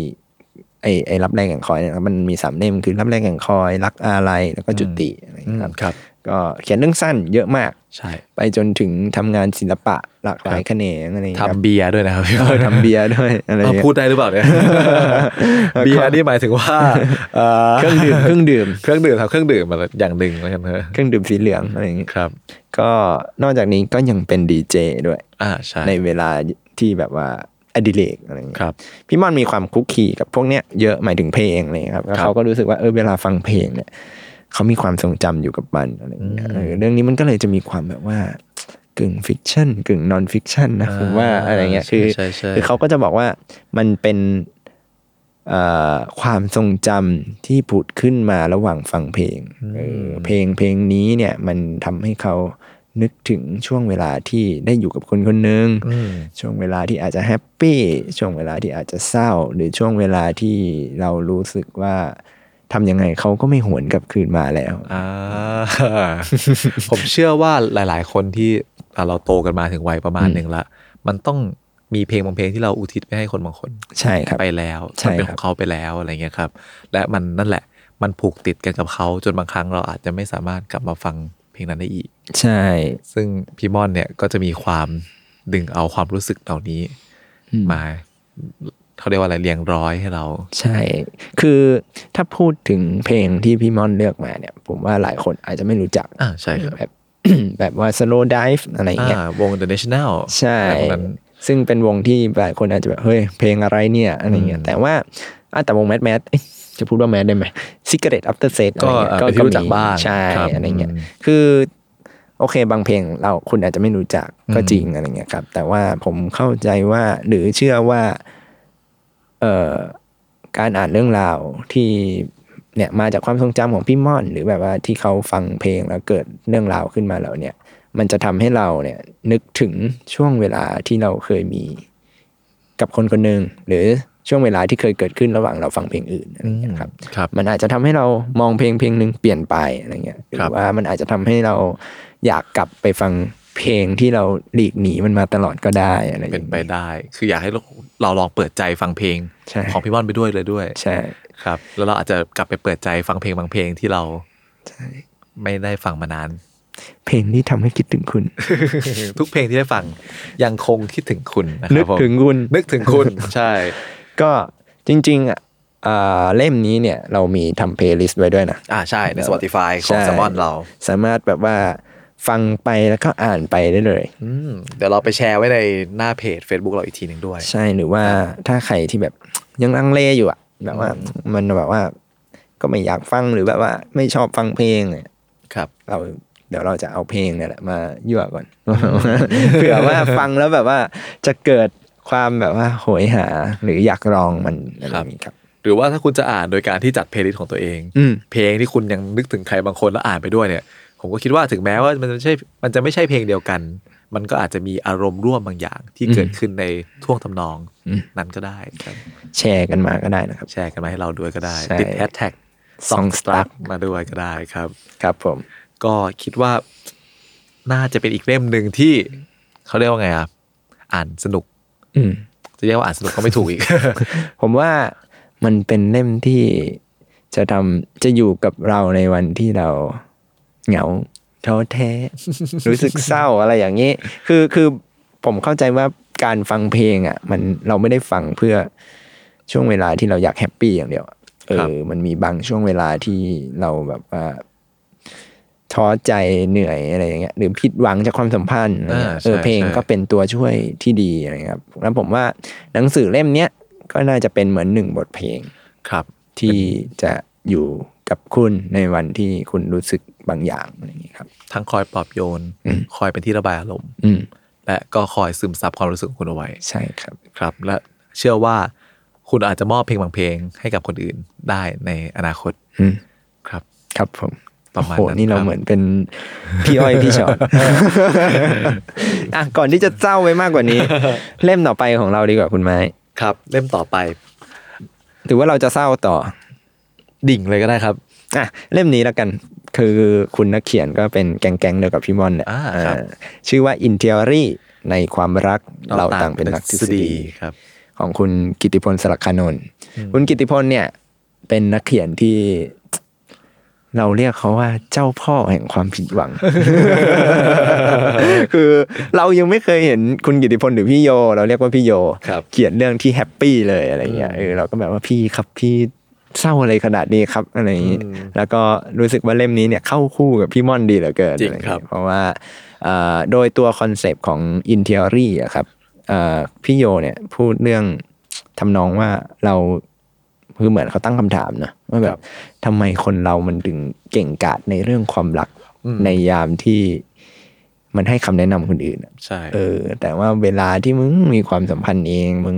Speaker 3: ไอ้ไอ้รับแรกแก่งคอยเนี่ยครับมันมีสามเล่มคือรับแรกแก่งคอย รักอะไรแล้วก็จุติอะไรอย่าง
Speaker 2: อืม
Speaker 3: เงี้ยครับ
Speaker 2: ครับ
Speaker 3: ก็เขียนเรื่องสั้นเยอะมาก
Speaker 2: ใช่
Speaker 3: ไปจนถึงทำงานศิลปะหลากหลายแขนงอะไรอย่างเงี้ยครับ
Speaker 2: ทำเบียร์ด้วยนะครับพี่
Speaker 3: เออทำเบียร์ด้วยอะไรอย่าง
Speaker 2: เอา
Speaker 3: เงี้ย
Speaker 2: พูดได้หรือเปล่าเนี่ย เบียร์นี่หมายถึง ว่าเอ่อ
Speaker 3: เครื่องดื่มเครื่องดื่ม
Speaker 2: เครื่องดื่มทำเครื่องดื่มมาอย่างหนึ่งแล้วกันเถอะ
Speaker 3: เครื่องดื่มสีเหลืองอะไรอย่างเงี้ย
Speaker 2: ครับ
Speaker 3: ก็นอกจากนี้ก็ยังเป็นดีเจด้วย
Speaker 2: อ่าใช่
Speaker 3: ในเวลาที่แบบว่าอดิเรกอะไรอย่างเงี้
Speaker 2: ค
Speaker 3: ย
Speaker 2: รับ
Speaker 3: พี่ม่อนมีความคลุกคลีกับพวกเนี้ยเยอะหมายถึงเพลงอะไรอย่างเลยครับแล้ว
Speaker 2: ครับ
Speaker 3: เขาก็รู้สึกว่าเออเวลาฟังเพลงเนี่ยเขามีความทรงจำอยู่กับมันอะไรอย่างเงี้ย
Speaker 2: อืม
Speaker 3: เออเรื่องนี้มันก็เลยจะมีความแบบว่ากึ่งฟิกชันกึ่งนอนฟิกชันนะผมว่า
Speaker 2: อ่า
Speaker 3: อะไรเงี้ย
Speaker 2: ใช่
Speaker 3: คือ
Speaker 2: ใช่ใช่
Speaker 3: คือเขาก็จะบอกว่ามันเป็น เอ่อความทรงจำที่ผุดขึ้นมาระหว่างฟังเพลงเออเพลงเพลงนี้เนี่ยมันทำให้เขา นึกถึงช่วงเวลาที่ได้อยู่กับคนคนหนึ่ง
Speaker 2: อืม
Speaker 3: ช่วงเวลาที่อาจจะแฮปปี้ช่วงเวลาที่อาจจะเศร้า หรือช่วงเวลาที่เรารู้สึกว่าทำยังไงเขาก็ไม่หวนกลับคืนมาแล้ว
Speaker 2: อ่า ผมเชื่อว่าหลาย ๆ คนที่อ่ะเราโตกันมาถึงวัยประมาณหนึ่งละ มันต้องมีเพลงบางเพลงที่เราอุทิศไปให้คนบางคน
Speaker 3: ใช่ครับ
Speaker 2: ไปแล้ว
Speaker 3: ใช่
Speaker 2: มันเป็น
Speaker 3: ค
Speaker 2: ข
Speaker 3: รับ
Speaker 2: องเขาไปแล้วอะไรเงี้ยครับ และมันนั่นแหละ มันผูกติดกันกับเขาจนบางครั้งเราอาจจะไม่สามารถกลับมาฟังเพลงนั้นได้อีก
Speaker 3: ใช่
Speaker 2: ซึ่งพี่มอนเนี่ยก็จะมีความดึงเอาความรู้สึกเหล่านี้
Speaker 3: อืม
Speaker 2: มาเขาเรียกว่าอะไรเรียงร้อยให้เรา
Speaker 3: ใช่ คือถ้าพูดถึงเพลงที่พี่ม่อนเลือกมาเนี่ย ผมว่าหลายคนอาจจะไม่รู้จัก
Speaker 2: อ่าใช่ครับ
Speaker 3: แบบ แบบว่า slow dive อะไรอย่างเงี้ย
Speaker 2: อ่าวง The National
Speaker 3: ใช่
Speaker 2: อะไรพวกนั้น
Speaker 3: ซึ่งเป็นวงที่หลายคนอาจจะแบบ เฮ้ย เพลงอะไรเนี่ย อะไรเงี้ย
Speaker 2: อืม
Speaker 3: แต่ว่าอ่ะแต่วงแมสแมสจะพูดว่าแมสได้ไหม Cigarette After Sex อะไร
Speaker 2: ก็อ่ะ
Speaker 3: เงี้ย
Speaker 2: เป็นที่รู้จัก
Speaker 3: มี
Speaker 2: บ้าง
Speaker 3: ใช่
Speaker 2: คบ
Speaker 3: อะไรเงี้ย คือ โอเคบางเพลงเราคุณอาจจะไม่รู้จักก็จริงอะไรเงี้ยครับ แต่ว่าผมเข้าใจว่าหรือเชื่อว่า เอ่อการอ่านเรื่องราวที่เนี่ยมาจากความทรงจำของพี่ม่อน หรือแบบว่าที่เขาฟังเพลงแล้วเกิดเรื่องราวขึ้นมาแล้วเนี่ย มันจะทำให้เราเนี่ย นึกถึงช่วงเวลาที่เราเคยมี กับคนคนหนึ่งหรือช่วงเวลาที่เคยเกิดขึ้นระหว่างเราฟังเพลงอื่นอะไรเงี้ยครับ
Speaker 2: ครับ
Speaker 3: มันอาจจะทำให้เรามองเพลงเพลงหนึ่งเปลี่ยนไปอะไรเงี้ยหรื
Speaker 2: ครั
Speaker 3: อบ ว่ามันอาจจะทำให้เราอยากกลับไปฟังเพลงที่เราหลีกหนีมันมาตลอดก็ได้อะไรอย่าง
Speaker 2: เป็น
Speaker 3: งี้ย
Speaker 2: ไปได้ คืออยากให้เราเราลองเปิดใจฟังเพลง
Speaker 3: ใช่
Speaker 2: ของพี่ม่อนไปด้วยเลยด้วย
Speaker 3: ใช่
Speaker 2: ครับ แล้วเราอาจจะกลับไปเปิดใจฟังเพลงบางเพลงที่เราไม่ได้ฟังมานาน
Speaker 3: เพลงที่ทำให้คิดถึงคุณ
Speaker 2: ทุกเพลงที่ได้ฟังยังคงคิดถึงคุณนะครับ
Speaker 3: นึกถึง
Speaker 2: ผม
Speaker 3: คุณ
Speaker 2: นึกถึงคุณ ใช่
Speaker 3: ก็จริงๆอ่ะอ่าเล่มนี้เนี่ยเรามีทำเพลย์ลิสต์ไว้ด้วยนะ
Speaker 2: อ่าใช่ใน Spotify ของ
Speaker 3: ใช่
Speaker 2: แซมมอนเรา
Speaker 3: สามารถแบบว่าฟังไปแล้วก็อ่านไปได้เลย
Speaker 2: อืมเดี๋ยวเราไปแชร์ไว้ในหน้าเพจ Facebook เราอีกทีหนึ่งด้วย
Speaker 3: ใช่หรือว่าถ้าใครที่แบบ ยังลังเลอยู่อ่ะ แบบว่ามันแบบว่า ก็ไม่อยากฟังหรือแบบว่าไม่ชอบฟังเพลงเนี่ย
Speaker 2: ครับ
Speaker 3: เราเดี๋ยวเราจะเอาเพลงเนี่ยแหละมายั่วก่อน เผื่อว่าฟังแล้วแบบว่าจะเกิดความแบบว่าโหยหา หรืออยากลองมันอะ
Speaker 2: ค
Speaker 3: ไรแบ
Speaker 2: รับ
Speaker 3: บนี้ครับ
Speaker 2: หรือว่าถ้าคุณจะอ่านโดยการที่จัดเพลย์ลิสต์ของตัวเอง
Speaker 3: อืม
Speaker 2: เพลงที่คุณยังนึกถึงใครบางคนแล้วอ่านไปด้วยเนี่ย ผมก็คิดว่าถึงแม้ว่ามันจะไม่ใช่มันจะไม่ใช่เพลงเดียวกัน มันก็อาจจะมีอารมณ์ร่วมบางอย่างที่เกิดขึ้นในท่วงทำนอง
Speaker 3: อืม
Speaker 2: นั้นก็ได้ครับ
Speaker 3: แชร์กันมาก็ได้นะครับ
Speaker 2: แชร์กันมาให้เราด้วยก็ได้
Speaker 3: ใช่
Speaker 2: ติดแฮชแท็ก
Speaker 3: Songstruck
Speaker 2: มาด้วยก็ได้ครับ
Speaker 3: ครับผม
Speaker 2: ก็คิดว่าน่าจะเป็นอีกเล่มหนึ่งที่เขาเรียกว่าไงครับอ่านสนุก
Speaker 3: อืม
Speaker 2: จะเรียกว่าอ่านสนุกก็ไม่ถูก อีก
Speaker 3: ผมว่ามันเป็นเล่มที่จะทำจะอยู่กับเราในวันที่เราเหงาท้อแท้ รู้สึกเศร้าอะไรอย่างนี้ คือคือผมเข้าใจว่าการฟังเพลงอ่ะ มันเราไม่ได้ฟังเพื่อช่วงเวลาที่เราอยากแฮปปี้อย่างเดียวอะเอ
Speaker 2: ครับ
Speaker 3: อ มันมีบางช่วงเวลาที่เราแบบว่าท้อใจเหนื่อยอะไรอย่างเงี้ยหรือผิดหวังจากความสัมพันธ์อะไรเงี้ย
Speaker 2: อ่าใช่
Speaker 3: เออเพลง
Speaker 2: ใช่
Speaker 3: ก็เป็นตัวช่วยที่ดีอะไรเงี้ยครับแล้วผมว่าหนังสือเล่มเนี้ยก็น่าจะเป็นเหมือนหนึ่งบทเพลง
Speaker 2: ครับ
Speaker 3: ที่จะอยู่กับคุณในวันที่คุณรู้สึกบางอย่างอะไรอย่างนี้ยครับ
Speaker 2: ทั้งคอยปลอบโยน
Speaker 3: อืม
Speaker 2: คอยเป็นที่ระบายอารมณ์
Speaker 3: อืม
Speaker 2: และก็คอยซึมซับความรู้สึกของคุณเอาไว้
Speaker 3: ใช่ครับ
Speaker 2: ครับและเชื่อว่าคุณอาจจะมอบเพลงบางเพลงให้กับคนอื่นได้ในอนาคต
Speaker 3: อืม
Speaker 2: ครับ
Speaker 3: ครับผม
Speaker 2: ประมาณ
Speaker 3: โอ้โห
Speaker 2: นั้น
Speaker 3: นี่เรา
Speaker 2: ครับ
Speaker 3: เหมือน เป็นพี่อ้อยพี่ชอต อ่ะก่อนที่จะเจ้าไว้มากกว่านี้ เล่มต่อไปของเราดีกว่าคุณไม้
Speaker 2: ครับเล่มต่อไป
Speaker 3: หรือว่าเราจะเศร้าต่อ
Speaker 2: ดิ่งเลยก็ได้ครับ
Speaker 3: อ่ะเล่มนี้แล้วกันคือคุณนักเขียนก็เป็นแก๊งๆเดียวกับพี่มอนเนี่ย
Speaker 2: อ่าครับ
Speaker 3: เออชื่อว่า In Theory ในความรักเราต่างเป็นนักทฤษฎี
Speaker 2: ครับ
Speaker 3: ของคุณกิติพลสลักคานนท์คุณกิติพลเนี่ย เป็นนักเขียนที่ เราเรียกเขาว่าเจ้าพ่อแห่งความผิด หวัง คือเรายังไม่เคยเห็นคุณกิติพลหรือพี่โย เราเรียกว่าพี่โย
Speaker 2: ครับ
Speaker 3: เขียนเรื่องที่แฮปปี้เลยอะไรเงี้ยเออเราก็แบบว่าพี่ครับพี่เศร้าอะไรขนาดนี้ครับอะไรอย่างงี้แล้วก็รู้สึกว่าเล่มนี้เนี่ยเข้าคู่กับพี่ม่อนดีเหลือเกิน
Speaker 2: จริงครับ
Speaker 3: อะไเงี้ยเพราะว่าเอ่อโดยตัวคอนเซปต์ของ In Theory อะครับเอ่อพี่โยเนี่ยพูดเรื่องทำนองว่าเราคือเหมือนเขาตั้งคำถามนะว่าแบบทำไมคนเรามันถึงเก่งกาจในเรื่องความรักในยามที่มันให้คำแนะนำคนอื่นอะ
Speaker 2: ใช่
Speaker 3: เออแต่ว่าเวลาที่มึงมีความสัมพันธ์เอง มึง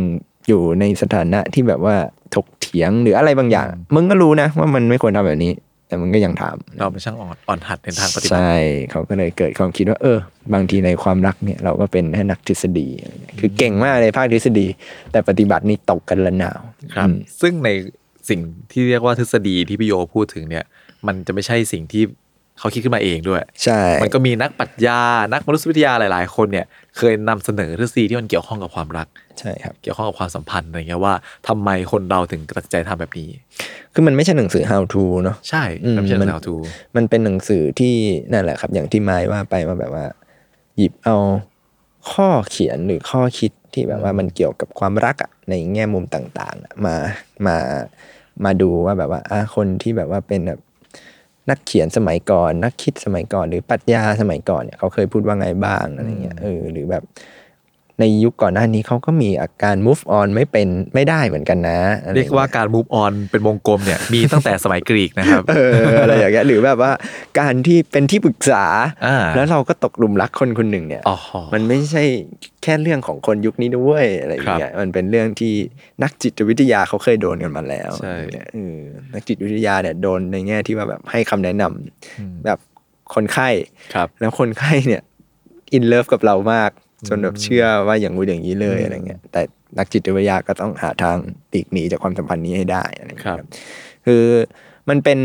Speaker 3: อยู่ในสถานะที่แบบว่าถกเถียงหรืออะไรบางอย่าง มึงก็รู้นะว่ามันไม่ควรทำแบบนี้ แต่มึงก็ยังทำ
Speaker 2: เราเป็นช่างอ่อนอ่อนหัดในทางปฏิบัติ
Speaker 3: ใช่เขาก็เลยเกิดความคิดว่า เออ บางทีในความรักเนี่ยเราก็เป็นแค่นักทฤษฎีอะไรเงี้ยคือเก่งมากเลยภาคทฤษฎี แต่ปฏิบัตินี่ตกกันละนาว
Speaker 2: ครับ
Speaker 3: อืม
Speaker 2: ซึ่งในสิ่งที่เรียกว่าทฤษฎีที่พี่โยพูดถึงเนี่ย มันจะไม่ใช่สิ่งที่เขาคิดขึ้นมาเองด้วย
Speaker 3: ใช่
Speaker 2: มันก็มีนักปรัชญา นักมนุษยวิทยาหลาย ๆ คนเนี่ย เคยนำเสนอทฤษฎีที่มันเกี่ยวข้องกับความรัก
Speaker 3: ใช่ครับ
Speaker 2: เกี่ยวข้องกับความสัมพันธ์อะไรเงี้ยว่าทำไมคนเราถึงตัดสินใจทำแบบนี้
Speaker 3: คือมันไม่ใช่หนังสือ how to เนอะ
Speaker 2: ใช่
Speaker 3: อืม
Speaker 2: มันไม่ใช่
Speaker 3: มัน
Speaker 2: สาวทู
Speaker 3: มันเป็นหนังสือที่นั่นแหละครับ อย่างที่ไมายว่าไปว่าแบบว่า หยิบเอาข้อเขียนหรือข้อคิดที่แบบว่ามันเกี่ยวกับความรักอะในแง่มุมต่างๆอะมามามาดูว่าแบบว่าอ่ะคนที่แบบว่าเป็นแบบนักเขียนสมัยก่อน นักคิดสมัยก่อน หรือปรัชญาสมัยก่อนเนี่ยเขาเคยพูดว่าไงบ้างอะไรเงี้ยเออหรือแบบ ในยุคก่อนหน้านี้เขาก็มีอาการ move on ไม่เป็นไม่ได้เหมือนกันนะอะไร
Speaker 2: เรียกว่าการ move on เป็นวงกลมเนี่ย มี ตั้งแต่สมัยกรีกนะครับ
Speaker 3: เอออะไรอย่างเงี้ยหรือแบบว่าการที่เป็นที่ปรึกษา
Speaker 2: อ่า
Speaker 3: แล้วเราก็ตกหลุมรักคนคนหนึ่งเนี่ย
Speaker 2: อ๋อ
Speaker 3: มันไม่ใช่แค่เรื่องของคนยุคนี้ด้วยอะไรอย่างเงี้ย มันเป็นเรื่องที่นักจิตวิทยาเขาเคยโดนกันมาแล้ว
Speaker 2: ใช่
Speaker 3: เออนักจิตวิทยาเนี่ยโดนในแง่ที่ว่าแบบให้คำแนะนำแบบคนไข้
Speaker 2: ครับ
Speaker 3: แล้วคนไข้เนี่ยอินเลิฟกับเรามากจนแบบเชื่อว่าอย่างงู้นอย่างนี้เลยอะไรเงี้ยแต่นักจิตวิทยาก็ต้องหาทางหลีกหนีจากความสัมพันธ์นี้ให้ได้อะไรเงี้ย
Speaker 2: ครับ
Speaker 3: คือมันเป็น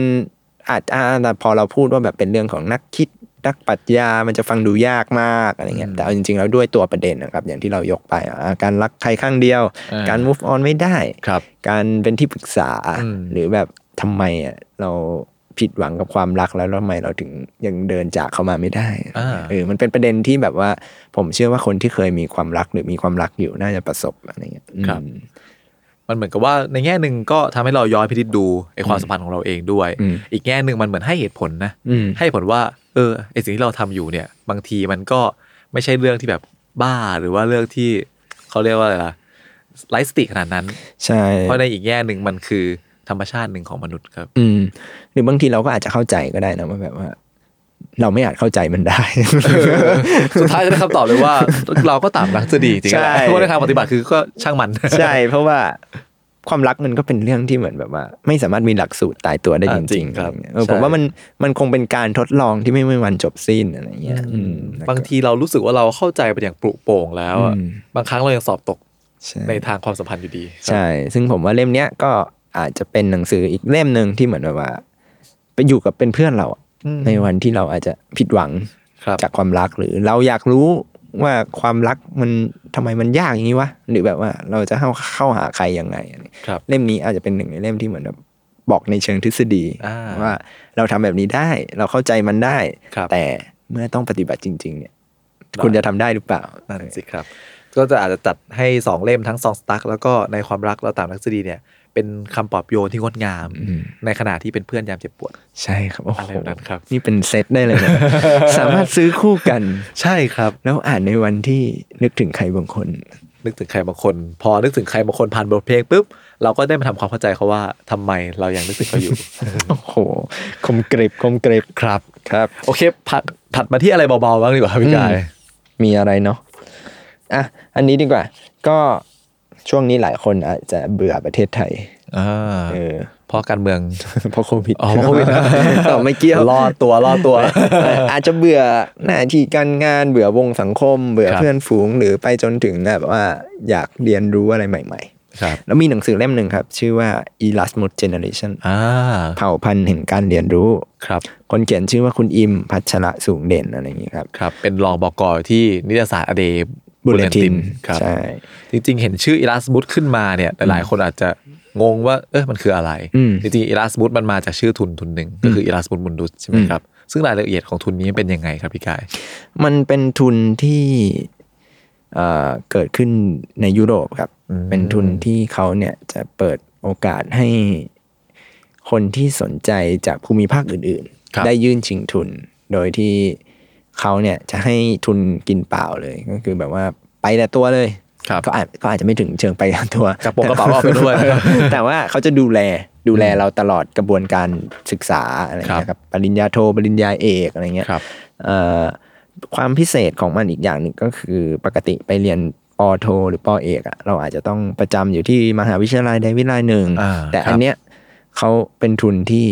Speaker 3: อาจจะพอเราพูดว่าแบบเป็นเรื่องของนักคิดนักปรัชญามันจะฟังดูยากมากอะไรเงี้ยแต่เอาจริงๆแล้วด้วยตัวประเด็นนะครับอย่างที่เรายกไปอ่ะการรักใครข้างเดียว การ move on ไม่ได้
Speaker 2: ครับ
Speaker 3: การเป็นที่ปรึกษา
Speaker 2: อืม
Speaker 3: หรือแบบทำไมอ่ะเราผิดหวังกับความรักแล้วแล้วทำไมเราถึงยังเดินจากเขามาไม่ได้
Speaker 2: อ่า
Speaker 3: เออมันเป็นประเด็นที่แบบว่า ผมเชื่อว่าคนที่เคยมีความรักหรือมีความรักอยู่น่าจะประสบอะไรเงี้ยอืม
Speaker 2: ครับ มันเหมือนกับว่าในแง่หนึ่งก็ทำให้เราย้อนพิจิตดูไอความสัมพันธ์ของเราเองด้วย
Speaker 3: อืม
Speaker 2: อีกแง่หนึ่งมันเหมือนให้เหตุผลนะ
Speaker 3: อืม
Speaker 2: ให้ผลว่า เออไอสิ่งที่เราทำอยู่เนี่ย บางทีมันก็ไม่ใช่เรื่องที่แบบบ้าหรือว่าเรื่องที่เขาเรียกว่าอะไรล่ะไร้สติขนาดนั้น
Speaker 3: ใช่
Speaker 2: เพราะในอีกแง่หนึ่งมันคือธรรมชาติหนึ่งของมนุษย์ครับ
Speaker 3: อืมหรือบางทีเราก็อาจจะเข้าใจก็ได้นะว่าแบบว่า เราไม่อาจเข้าใจมันได้
Speaker 2: สุดท้ายจะได้คำตอบเลยว่า เราก็ตามรักจะดีจริงๆแหละ
Speaker 3: ใช่
Speaker 2: เพราะว่าในทางปฏิบัติคือก็ช่างมัน
Speaker 3: ใช่ เพราะว่าความรักมันก็เป็นเรื่องที่เหมือนแบบว่า ไม่สามารถมีหลักสูตรตายตัวได้จ
Speaker 2: อ่าจริ
Speaker 3: ริ
Speaker 2: ง
Speaker 3: ง
Speaker 2: ค
Speaker 3: ๆ
Speaker 2: รับ
Speaker 3: เออ
Speaker 2: ใช่
Speaker 3: ผมว่ามันมันคงเป็นการทดลองที่ไม่มีวันจบสิ้นอะไรเงี้ยอืมแล้วก็
Speaker 2: บางทีเรารู้สึกว่าเราเข้าใจไปอย่างปรุโปร่งแล้วอะ
Speaker 3: อืม
Speaker 2: บางครั้งเรายังสอบตก
Speaker 3: ใช่
Speaker 2: ในทางความสัมพันธ์อยู่ดีครับ
Speaker 3: ใช่ ซึ่งผมว่าเล่มเนี้ยก็อาจจะเป็นหนังสืออีกเล่มหนึ่งที่เหมือนแบบว่า ไปอยู่กับเป็นเพื่อนเราอะ
Speaker 2: อืม
Speaker 3: ในวันที่เราอาจจะผิดหวัง
Speaker 2: ครับ
Speaker 3: จากความรักหรือเราอยากรู้ว่าความรักมันทำไมมันยากอย่างนี้วะหรือแบบว่าเราจะเข้าเข้าหาใครยังไงอะไร
Speaker 2: ครับ
Speaker 3: เล่มนี้อาจจะเป็นหนึ่งในเล่มที่เหมือนแบบบอกในเชิงทฤษฎี
Speaker 2: อ่า
Speaker 3: ว่าเราทำแบบนี้ได้เราเข้าใจมันได้
Speaker 2: ครับ
Speaker 3: แต่เมื่อต้องปฏิบัติจริง ๆ เนี่ย
Speaker 2: ได้
Speaker 3: คุณจะทำได้หรือเปล่า
Speaker 2: นั่นสิครับ ก็จะอาจจะจัดให้ 2 เล่มทั้งซองสตั๊กแล้วก็ในความรักเราตามรักษฎีเนี่ย เป็นคำปลอบโยนที่งดงาม
Speaker 3: อืม
Speaker 2: ในขณะที่เป็นเพื่อนยามเจ็บปวด
Speaker 3: ใช่ครับโอ้
Speaker 2: อะไร
Speaker 3: โห
Speaker 2: แบบนั้นครับ
Speaker 3: นี่เป็นเซตได้เลยนะ สามารถซื้อคู่กัน
Speaker 2: ใช่ครับ
Speaker 3: แล้วอ่านในวันที่นึกถึงใครบางคน
Speaker 2: นึกถึงใครบางคน พอนึกถึงใครบางคนผ่านบทเพลงปุ๊บเราก็ได้มาทำความเข้าใจเขาว่าทำไมเรายังนึกถึงเขาอยู่
Speaker 3: โอ้โห คมกริบคมกริบ
Speaker 2: ครับ
Speaker 3: ครับ
Speaker 2: โอเคผัดผัดมาที่อะไรเบาๆบ้างดีกว่าครับพี่กาย
Speaker 3: อื มีอะไรเนาะ อ่ะ อันนี้ดีกว่า ก็ช่วงนี้หลายคนอาจจะเบื่อประเทศไทย
Speaker 2: อ่า
Speaker 3: เออ
Speaker 2: เพราะการเมือง
Speaker 3: เพราะโควิด
Speaker 2: อ๋อเพราะโควิด
Speaker 3: ต่อไม่ เกี่ยว
Speaker 2: ล่อตัวล่อตัว
Speaker 3: เอออาจจะเบื่อหน้าที่การงานเบื่อวงสังคม เบื่อ
Speaker 2: ครับ
Speaker 3: เพื่อนฝูงหรือไปจนถึงแบบว่าอยากเรียนรู้อะไรใหม่
Speaker 2: ครับ
Speaker 3: ๆ แล้วมีหนังสือเล่มหนึ่งครับ ชื่อว่า Erasmus Generation
Speaker 2: อ่า
Speaker 3: เผ่าพันธุ์แห่งการเรียนรู้
Speaker 2: ครับ
Speaker 3: คนเขียนชื่อว่าคุณอิมพัชระสูงเด่นอะไรอย่างนี้ครับ
Speaker 2: ครับ เป็นรองบอกอที่นิตยสารอเดย์
Speaker 3: บุลเลติน
Speaker 2: ครับ
Speaker 3: ใช่
Speaker 2: จริงๆ เห็นชื่ออ r ล s ส u ุตขึ้นมาเนี่ย หลายๆ คนอาจจะงงว่า เอ๊ะมันคืออะไร
Speaker 3: อืม
Speaker 2: จริงๆอ r ล s ส u ุตมันมาจากชื่อทุนทุนหนึ่ง ก็คืออ r ล s ส u ุตมุนดุสใช่ไหม
Speaker 3: อืม
Speaker 2: ครับ ซึ่งรายละเอียดของทุนนี้เป็นยังไงครับพี่กาย
Speaker 3: มันเป็นทุนที่เอ่อเกิดขึ้นในยุโรปครับ
Speaker 2: อืม
Speaker 3: เป็นทุนที่เขาเนี่ยจะเปิดโอกาสให้คนที่สนใจจากภูมิภาคอื่น
Speaker 2: ครับ
Speaker 3: ๆ ได้ยื่นชิงทุน โดยที่เขาเนี่ยจะให้ทุนกินเปล่าเลย ก็คือแบบว่าไปแต่ตัวเลย
Speaker 2: ครับ
Speaker 3: ก็อาจก็อาจจะไม่ถึงเชิงไปแต่ตัว
Speaker 2: กระโปรงกระเป๋าเอาไปด้วย
Speaker 3: แต่ว่า เขาจะดูแลดูแลเราตลอดกระบวนการศึกษาอะไรอย่างเงี้ยครับปริญญาโทปริญญาเอกอะไรเงี้ย
Speaker 2: ครับ
Speaker 3: เอ่อความพิเศษของมันอีกอย่างหนึ่งก็คือปกติไปเรียนปอโท หรือปอเอกอะเราอาจจะต้องประจำอยู่ที่มหาวิทยาลัยใดวิทยาลัยหนึ่ง
Speaker 2: อ่า
Speaker 3: แต่
Speaker 2: ครับ
Speaker 3: อันเนี้ยเขาเป็นทุนที่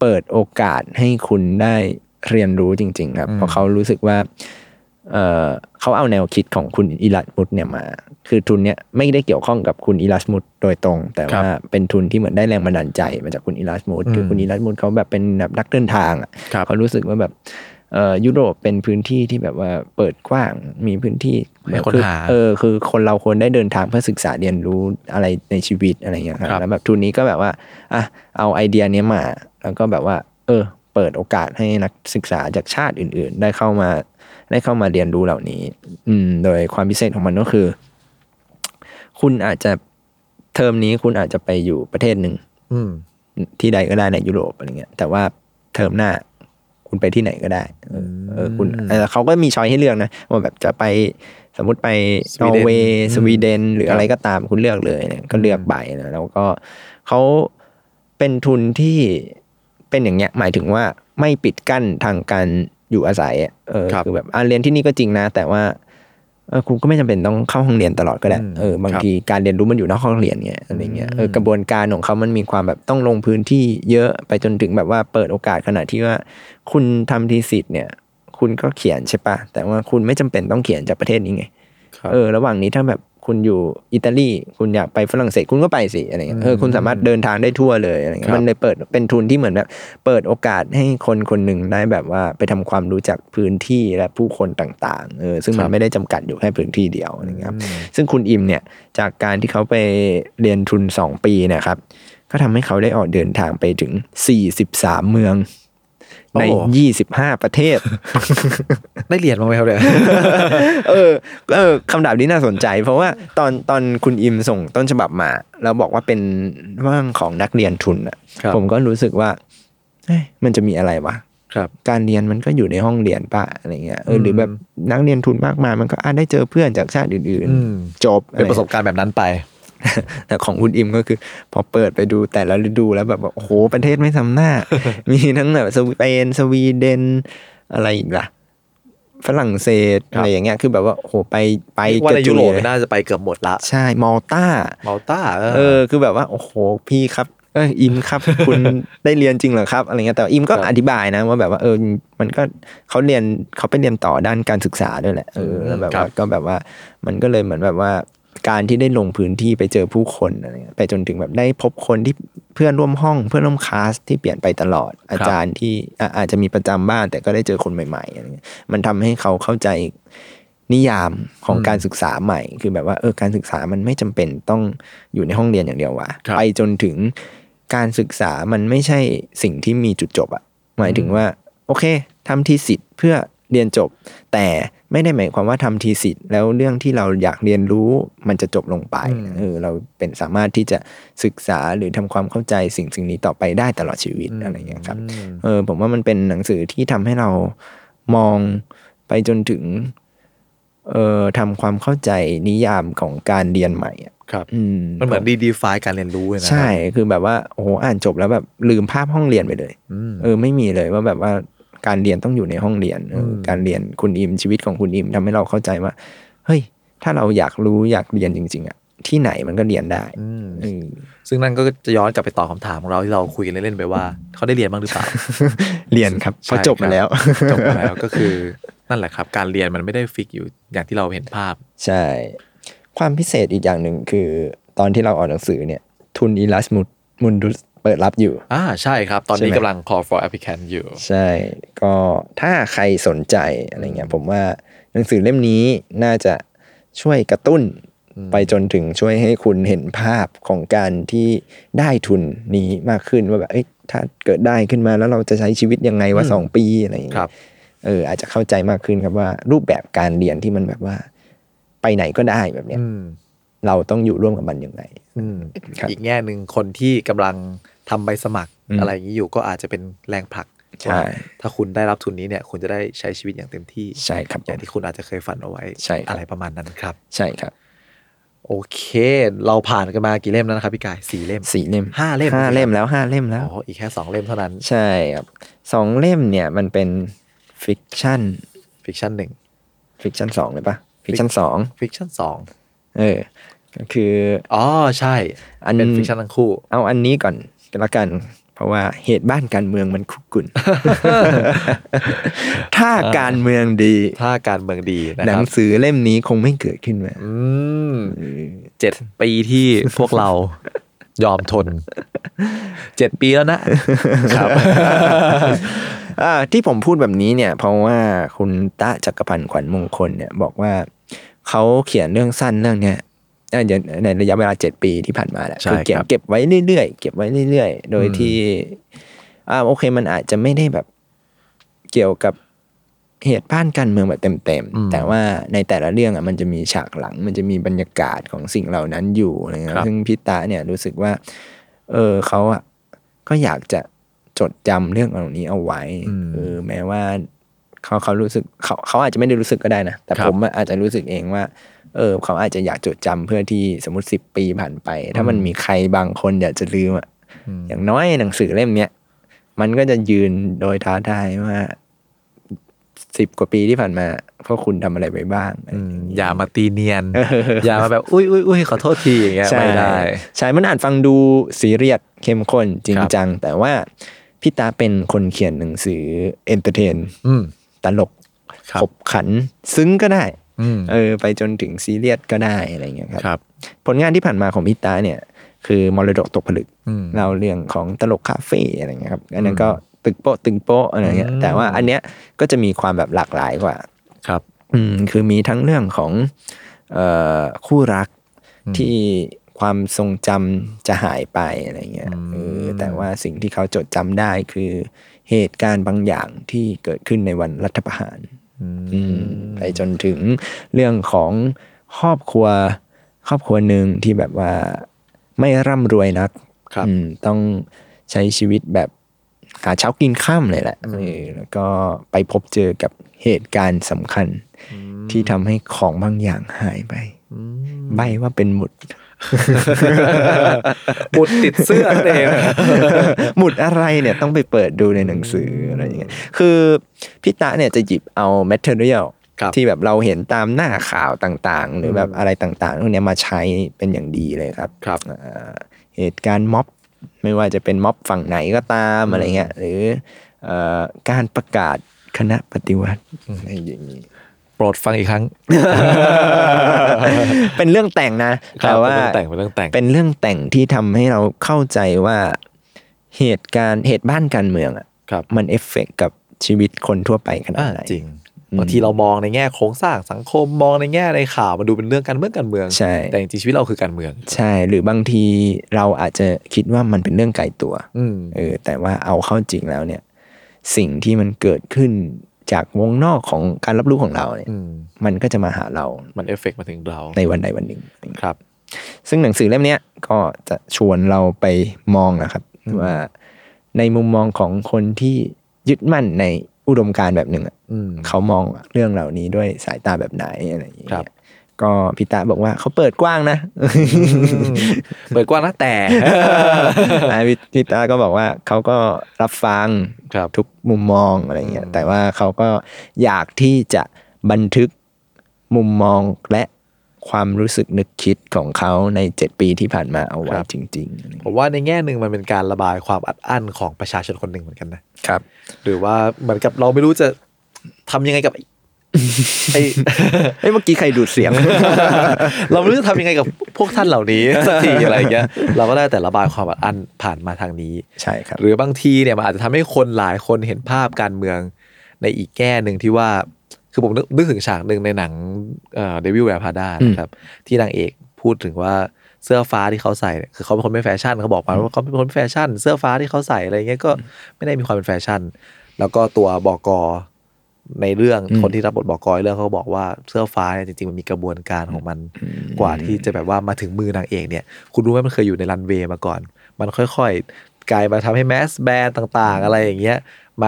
Speaker 3: เปิดโอกาสให้คุณได้เรียนรู้จริง ๆ ครับ เพราะเขารู้สึกว่า เอ่อเขาเอาแนวคิดของคุณอิลัสมุตเนี่ยมา คือทุนเนี่ยไม่ได้เกี่ยวข้องกับคุณอิลัสมุตโดยตรง แต่ว่าเป็นทุนที่เหมือนได้แรงบันดาลใจมาจากคุณอิลัสมุตคือคุณอิลัสมุตเขาแบบเป็นแบบนักเดินทางอะ
Speaker 2: ครับ
Speaker 3: เขารู้สึกว่าแบบเอ่อยุโรปเป็นพื้นที่ที่แบบว่าเปิดกว้างมีพื้นที่
Speaker 2: ให้ค้นหา
Speaker 3: เออคือคนเราควรได้เดินทางเพื่อศึกษาเรียนรู้อะไรในชีวิตอะไรอย่างเงี้ยค
Speaker 2: ครั
Speaker 3: รับบ แล้วแบบทุนนี้ก็แบบว่าอ่ะเอาไอเดียเนี้ยมา แล้วก็แบบว่า เออ เปิดโอกาสให้นักศึกษาจากชาติอื่น ๆ ได้เข้ามา ได้เข้ามาเรียนรู้เหล่านี้ อืม โดยความพิเศษของมันก็คือ คุณอาจจะเทอมนี้คุณอาจจะไปอยู่ประเทศหนึ่ง
Speaker 2: อืม
Speaker 3: ที่ใดก็ได้ในยุโรปอะไรเงี้ยแต่ว่าเทอมหน้าคุณไปที่ไหนก็ได้เออเออคุณเออเขาก็มีช้อยให้เลือกนะว่าแบบจะไปสมมติไป
Speaker 2: ส
Speaker 3: น
Speaker 2: วีเดน
Speaker 3: อร์เวย์
Speaker 2: อืม
Speaker 3: สวีเดนหรื
Speaker 2: ค
Speaker 3: อ
Speaker 2: รับ
Speaker 3: อะไรก็ตามคุณเลือกเลยเนี่ยก็เลือกไปนะแล้วก็เขาเป็นทุนที่เป็นอย่างเงี้ยหมายถึงว่าไม่ปิดกั้นทางการอยู่อาศัยอะเออ
Speaker 2: ครับ
Speaker 3: คือแบบอ่ะเรียนที่นี่ก็จริงนะ แต่ว่าเออคุณก็ไม่จำเป็นต้องเข้าห้องเรียนตลอดก็ได้
Speaker 2: อืม
Speaker 3: เออบาง
Speaker 2: ครับ
Speaker 3: ทีการเรียนรู้มันอยู่นอกห้องเรียนไงอะไรเงี้ยเออกระบวนการของเขามันมีความแบบต้องลงพื้นที่เยอะไปจนถึงแบบว่าเปิดโอกาสขนาดที่ว่า คุณทำทีสิทธ์เนี่ย คุณก็เขียนใช่ปะแต่ว่าคุณไม่จำเป็นต้องเขียนจากประเทศนี้ไง เออระหว่างนี้ถ้าแบบคุณอยู่อิตาลีคุณอยากไปฝรั่งเศสคุณก็ไปสิอะไรเงี้ยเออคุณสามารถเดินทางได้ทั่วเลยอะไร
Speaker 2: ครั
Speaker 3: เงี้ย
Speaker 2: บ
Speaker 3: มันเลยเปิดเป็นทุนที่เหมือนแบบ เปิดโอกาสให้คนคนหนึ่งได้แบบว่าไปทำความรู้จักพื้นที่และผู้คนต่างๆเออซึ่งมันไม่ได้จำกัดอยู่แค่พื้นที่เดียวอะไรเงี้ยครับซึ่งคุณอิมเนี่ยจากการที่เขาไปเรียนทุน 2 ปีเนะครับ ก็ทำให้เขาได้ออกเดินทางไปถึง 43 เมือง ใน
Speaker 2: โอ้
Speaker 3: 25 ประเทศ
Speaker 2: ได้เรียนบ้างไหมครับเนี่ย
Speaker 3: เออเออคำถามนี้น่าสนใจ เพราะว่าตอนตอนคุณอิมส่งต้นฉบับมา แล้วบอกว่าเป็นเรื่องของนักเรียนทุนอ่ะ
Speaker 2: ครับ
Speaker 3: ผมก็รู้สึกว่าเอ้ยมันจะมีอะไรวะ
Speaker 2: ครับ
Speaker 3: การเรียนมันก็อยู่ในห้องเรียนป่ะอะไรเงี้ยเอออ
Speaker 2: ม
Speaker 3: หรือแบบนักเรียนทุนมากมายมันก็อาจได้เจอเพื่อนจากชาติอื่น
Speaker 2: อืม
Speaker 3: ๆ จบอไ
Speaker 2: เป็นประสบการณ์แบบนั้นไป
Speaker 3: แต่ของคุณอิมก็คือ พอเปิดไปดูแต่ละฤดูแล้วแบบว่าโอ้โหประเทศไม่ซ้ำห น้า มีทั้งแบบสวีเดนสวีเดนอะไรอีกล่ะฝรั่งเศส
Speaker 2: ครับ
Speaker 3: อะไรอย่างเงี้ยคือแบบว่าโอ้โหไปไป
Speaker 2: ว่าใน
Speaker 3: กะ
Speaker 2: ยุ
Speaker 3: จุ
Speaker 2: โรป
Speaker 3: เลย
Speaker 2: น่าจะไปเกือบหมดละ
Speaker 3: ใช่มอลตา
Speaker 2: มาลตา
Speaker 3: เออคือแบบว่าโอ้โหพี่ครับเอออิมครับ คุณได้เรียนจริงเหรอครับอะไรเงี้ยแต่ว่าอิมก็อธิบายนะว่าแบบว่าเออมันก็เขาเรียนเขาไปเรียนต่อด้านการศึกษาด้วยแหละเออแล้วแบบว่าก็แบบว่า มันก็เลยเหมือนแบบว่า การที่ได้ลงพื้นที่ไปเจอผู้คนอะไรเงี้ยไปจนถึงแบบได้พบคนที่เพื่อนร่วมห้อง เพื่อนร่วมคลาสที่เปลี่ยนไปตลอด อาจารย์ที่อ่ะอาจจะมีประจำบ้านแต่ก็ได้เจอคนใหม่ๆอะไรเงี้ยมันทำให้เขาเข้าใจนิยามของการศึกษาใหม่ คือแบบว่าเออการศึกษามันไม่จำเป็นต้องอยู่ในห้องเรียนอย่างเดียวว่ะ
Speaker 2: ครับ
Speaker 3: ไปจนถึงการศึกษามันไม่ใช่สิ่งที่มีจุดจบอะหมายถึงว่า โอเคทำทีสิทธิ์เพื่อเรียนจบ แต่ไม่ได้หมายความว่าทำทีสิทธิ์แล้วเรื่องที่เราอยากเรียนรู้มันจะจบลงไปเออเราเป็นสามารถที่จะศึกษาหรือทำความเข้าใจสิ่งสิ่งนี้ต่อไปได้ตลอดชีวิตอะไรอย่างเงี้ยครับเออผมว่ามันเป็นหนังสือที่ทำให้เรามองไปจนถึงเอ่อทำความเข้าใจนิยามของการเรียนใหม่อะ
Speaker 2: ครับ
Speaker 3: อืม
Speaker 2: มันเหมือนดีดีไฟการเรียนรู้เลยนะ
Speaker 3: ใช่ คือแบบว่า โอ้โห อ่านจบแล้วแบบลืมภาพห้องเรียนไปเลย เออ ไม่มีเลยว่าแบบว่าการเรียนต้องอยู่ในห้องเรียนเอออการเรียนคุณอิมชีวิตของคุณอิมทำให้เราเข้าใจว่า เฮ้ย ถ้าเราอยากรู้อยากเรียนจริง ๆอะที่ไหนมันก็เรียนได้
Speaker 2: อืม
Speaker 3: เออ
Speaker 2: ซึ่งนั่นก็จะย้อนกลับไปตอบคำถามของเราที่เราคุยกันเล่นๆไป ว่า เขาได้เรียนบ้างหรือเปล่า
Speaker 3: เรียนครับเพอจบมาแล้ว
Speaker 2: จบมา แล้วก็คือนั่นแหละครับ การเรียนมันไม่ได้ฟิกอยู่อย่างที่เราเห็นภาพ
Speaker 3: ใช่ ความพิเศษอีกอย่างหนึ่งคือ ตอนที่เราออกหนังสือเนี่ย ทุนอิลัสมุดมุนดุสเปิดรับอยู่
Speaker 2: อ่าใช่ครับ ตอนนี้
Speaker 3: ใช่ไหม
Speaker 2: กำลัง call for applicant อยู่
Speaker 3: ใช่ ก็ถ้าใครสนใจอะไรเงี้ยผมว่าหนังสือเล่มนี้น่าจะช่วยกระตุ้นไปจนถึงช่วยให้คุณเห็นภาพของการที่ได้ทุนนี้มากขึ้นว่าแบบเอ้ยถ้าเกิดได้ขึ้นมาแล้วเราจะใช้ชีวิตยังไงว่าสองปีอะไรอย่างเงี้
Speaker 2: ครั
Speaker 3: ย
Speaker 2: บ
Speaker 3: เอออาจจะเข้าใจมากขึ้นครับว่า รูปแบบการเรียนที่มันแบบว่า ไปไหนก็ได้แบบเนี้ย
Speaker 2: อืม
Speaker 3: เราต้องอยู่ร่วมกับมันยังไง
Speaker 2: อืม
Speaker 3: ครับ
Speaker 2: อีกแง่หนึ่งคนที่กำลังทำใบสมัคร
Speaker 3: อืม
Speaker 2: อะไรอย่างนี้อยู่ก็อาจจะเป็นแรงผลัก
Speaker 3: ใช่
Speaker 2: ว่าถ้าคุณได้รับทุนนี้เนี่ย คุณจะได้ใช้ชีวิตอย่างเต็มที่
Speaker 3: ใช่ครับผ
Speaker 2: อย่าง
Speaker 3: ม
Speaker 2: ที่คุณอาจจะเคยฝันเอาไว้
Speaker 3: ใช่ครับ
Speaker 2: อะไรประมาณนั้นครับ
Speaker 3: ใช่ครับ
Speaker 2: โอเค เราผ่านกันมากี่เล่มแล้วนะครับพี่กายสี่เล่ม
Speaker 3: สี่เล่ม
Speaker 2: ห้าเล่ม
Speaker 3: ห้าเล่มแล้วห้าเล่มแล้ว
Speaker 2: อ๋ออีกแค่สองเล่มเท่านั้น
Speaker 3: ใช่ครับสองเล่มเนี่ยมันเป็นฟิกชัน
Speaker 2: ฟิกชันหนึ่ง
Speaker 3: ฟิกชันสองเลยปะฟิกชันสอง
Speaker 2: ฟิกชันสอง
Speaker 3: เออ ก็คือ
Speaker 2: อ๋อใช่
Speaker 3: อัน
Speaker 2: เป็นฟิกชันทั้งคู่
Speaker 3: เอาอันนี้ก่อนกันละกัน เพ ราะว่าเหตุบ้านการเมืองมันคุก กุ่น ถ้าการเมืองดี
Speaker 2: ถ้าการเมืองดีนะ
Speaker 3: หนั
Speaker 2: ค
Speaker 3: ง
Speaker 2: รับ
Speaker 3: สือเล่มนี้คงไม่เกิดขึ้นมา
Speaker 2: อืมเจ็ดปีที่พวกเรา ยอมทนเจ็ดปีแล้วนะ ครับ
Speaker 3: อ่าที่ผมพูดแบบนี้เนี่ย เพราะว่าคุณตะจักรพันธ์ขวัญมงคลเนี่ย บอกว่าเขาเขียนเรื่องสั้นเรื่องเนี้ยอ่าอย่างในระยะเวลาเจ็ดปีที่ผ่านมาแหละ
Speaker 2: ใช่
Speaker 3: คือเก็บ
Speaker 2: ครับ
Speaker 3: เก็บไว้เรื่อยๆเก็บไว้เรื่อยๆ โดย
Speaker 2: อืม
Speaker 3: ที่ อ่าโอเคมันอาจจะไม่ได้แบบเกี่ยวกับเหตุบ้านการเมืองแบบเต็ม
Speaker 2: อืม
Speaker 3: ๆ แต่ว่าในแต่ละเรื่องอ่ะมันจะมีฉากหลัง มันจะมีบรรยากาศของสิ่งเหล่านั้นอยู่อะไรเงี้ย
Speaker 2: ครับ
Speaker 3: ซึ่งพี่ตาเนี่ยรู้สึกว่า เออเขาอ่ะก็อยากจะจดจำเรื่องเหล่านี้เอาไว้เออแม้ว่าเขาเขารู้สึกเขาเขาอาจจะไม่ได้รู้สึกก็ได้นะ แต่
Speaker 2: ครับ
Speaker 3: ผมอะอาจจะรู้สึกเองว่า เออเขาอาจจะอยากจดจำเพื่อที่สมมติสิบปีผ่านไป ถ้ามันมีใครบางคนอยากจะลืมอ่ะ อย่างน้อยหนังสือเล่มเนี้ยมันก็จะยืนโดยท้าทายว่าสิบกว่าปีที่ผ่านมาพวกคุณทำอะไรไปบ้าง
Speaker 2: อืมอย่ามาตีเนี ยน อย่ามาแบบอุ้ยอุ้ยอุ้ยขอโทษทีอย่างเงี้ย
Speaker 3: ใช่
Speaker 2: ไม่ได้
Speaker 3: ใช่มันอ่านฟังดูซีเรียสเข้มข้นจริง
Speaker 2: ครับ
Speaker 3: จัง แต่ว่าพี่ตาเป็นคนเขียนหนังสือเอนเตอร์เทน
Speaker 2: อืม
Speaker 3: ตลก
Speaker 2: ครับ
Speaker 3: ขบขันซึ้งก็ได้
Speaker 2: อืม
Speaker 3: เออ ไปจนถึงซีเรียสก็ได้อะไรอย่างเงี้ยครับ
Speaker 2: ครับ
Speaker 3: ผลงานที่ผ่านมาของพี่ตาเนี่ย คือมรดกตกผลึก
Speaker 2: อืม
Speaker 3: เล่าเรื่องของตลกคาเฟ่อะไรเงี้ยครับอันนั้นก็ตึกโปะตึงโปะอะไรเงี้ย
Speaker 2: อืม
Speaker 3: แต่ว่าอันเนี้ยก็จะมีความแบบหลากหลายกว่า
Speaker 2: ครับ
Speaker 3: อืมคือมีทั้งเรื่องของเอ่อคู่รักที่ความทรงจำจะหายไปอะไรเงี้ยเออแต่ว่าสิ่งที่เขาจดจำได้คือเหตุการณ์บางอย่างที่เกิดขึ้นในวันรัฐประหาร อืมไปจนถึงเรื่องของครอบครัว ครอบครัวหนึ่งที่แบบว่าไม่ร่ำรวยนัก
Speaker 2: ครับ
Speaker 3: อืมต้องใช้ชีวิตแบบหาเช้ากินข้ามเลยแหละเออแล้วก็ไปพบเจอกับเหตุการณ์สำคัญ ที่ทำให้ของบางอย่างหายไปใบว่าเป็นหมุด
Speaker 2: บุดติดเสื้อนั่นเอง
Speaker 3: หมุดอะไรเนี่ยต้องไปเปิดดูในหนังสืออะไรอย่างเงี้ย คือพี่ตะเนี่ยจะหยิบเอาแมทเทอเรียล
Speaker 2: ครับ
Speaker 3: ที่แบบเราเห็นตามหน้าข่าวต่างๆ หรือแบบอะไรต่างๆพวกเนี้ยมาใช้เป็นอย่างดีเลยครับ
Speaker 2: ครับ
Speaker 3: เอ่อเหตุการณ์ม็อบ ไม่ว่าจะเป็นม็อบฝั่งไหนก็ตามอะไรเงี้ยหรือเอ่อการประกาศคณะปฏิวัติอะไรอย่างนี้
Speaker 2: โปรดฟังอีกครั้ง
Speaker 3: เป็นเรื่องแต่งนะ
Speaker 2: ครับ
Speaker 3: แต่ว่า
Speaker 2: เป็นเรื่องแต่งเป็นเรื่องแต่ง
Speaker 3: เป็นเรื่องแต่งที่ทำให้เราเข้าใจว่าเหตุการณ์เหตุบ้านการเมืองอ่ะ
Speaker 2: ครับ
Speaker 3: มันเอฟเฟกต์กับชีวิตคนทั่วไปขนาด
Speaker 2: อ่า
Speaker 3: ไหน
Speaker 2: จริง
Speaker 3: อืม
Speaker 2: บางทีเรามองในแง่โครงสร้างสังคมมองในแง่ในข่าวมันดูเป็นเรื่องการเมืองการเมือง
Speaker 3: ใช่
Speaker 2: แต่จริงๆชีวิตเราคือการเมือง
Speaker 3: ใช่หรือบางทีเราอาจจะคิดว่ามันเป็นเรื่องไกลตัว
Speaker 2: อืม
Speaker 3: เออแต่ว่าเอาเข้าจริงแล้วเนี่ย สิ่งที่มันเกิดขึ้นจากวงนอกของการรับรู้ของเราเนี่ย
Speaker 2: อืม
Speaker 3: มันก็จะมาหาเรา
Speaker 2: มันเอฟเฟกต์มาถึงเรา
Speaker 3: ในวันใดวันหนึ่ง
Speaker 2: ครับ
Speaker 3: ซึ่งหนังสือเล่มเนี้ยก็จะชวนเราไปมองนะครับ ว่าในมุมมองของคนที่ยึดมั่นในอุดมการณ์แบบหนึ่งอะ
Speaker 2: อืม
Speaker 3: เขามองเรื่องเหล่านี้ด้วยสายตาแบบไหนอะไรอย่างเงี้
Speaker 2: ครับ
Speaker 3: ยก็พิตาบอกว่าเขาเปิดกว้างนะ
Speaker 2: เปิดกว้างนะแต่
Speaker 3: อ่าพิ พิตาก็บอกว่าเขาก็รับฟัง
Speaker 2: ครับ
Speaker 3: ทุกมุมมองอะไรเงี้ยแต่ว่าเขาก็อยากที่จะบันทึกมุมมองและความรู้สึกนึกคิดของเขาในเจ็ดปีที่ผ่านมาเอาไว้จริงๆอะไรเงี้ย
Speaker 2: ผมว่าในแง่หนึ่งมันเป็นการระบายความอัดอั้นของประชาชนคนหนึ่งเหมือนกันนะ
Speaker 3: ครับ
Speaker 2: หรือว่าเหมือนกับเราไม่รู้จะทำยังไงกับไอ้ไอ้
Speaker 3: เอ้ยเมื่อกี้ใครดูดเสียง
Speaker 2: เราไม่รู้จะทำยังไงกับพวกท่านเหล่านี้สักทีอะไรอย่างเงี้ยเราก็ได้แต่ระบายความอัดอั้นผ่านมาทางนี้
Speaker 3: ใช่ครับ
Speaker 2: หรือบางทีเนี่ยมันอาจจะทำให้คนหลายคนเห็นภาพการเมืองในอีกแง่หนึ่งที่ว่าคือผมนึกนึกถึงฉากหนึ่งในหนังเดวิลแวร์พาด้านะครับที่นางเอกพูดถึงว่าเสื้อฟ้าที่เขาใส่เนี่ยคือเขาเป็นคนไม่แฟชั่นเขาบอกมาว่าเขาเป็นคนไม่แฟชั่น เสื้อฟ้าที่เขาใส่อะไรเงี้ยก็ไม่ได้มีความเป็นแฟชั่น แล้วก็ตัวบกในเรื่อง
Speaker 3: อืม
Speaker 2: คนที่รับบทบกในเรื่องเขาก็บอกว่าเสื้อฟ้าเนี่ยจริงๆมันมีกระบวนการของมัน กว่าที่จะแบบว่ามาถึงมือนางเอกเนี่ย คุณรู้ไหมมันเคยอยู่ในรันเวย์มาก่อน มันค่อยๆ กลายมาทำให้แมสแบนต่างๆ อะไรอย่างเงี้ย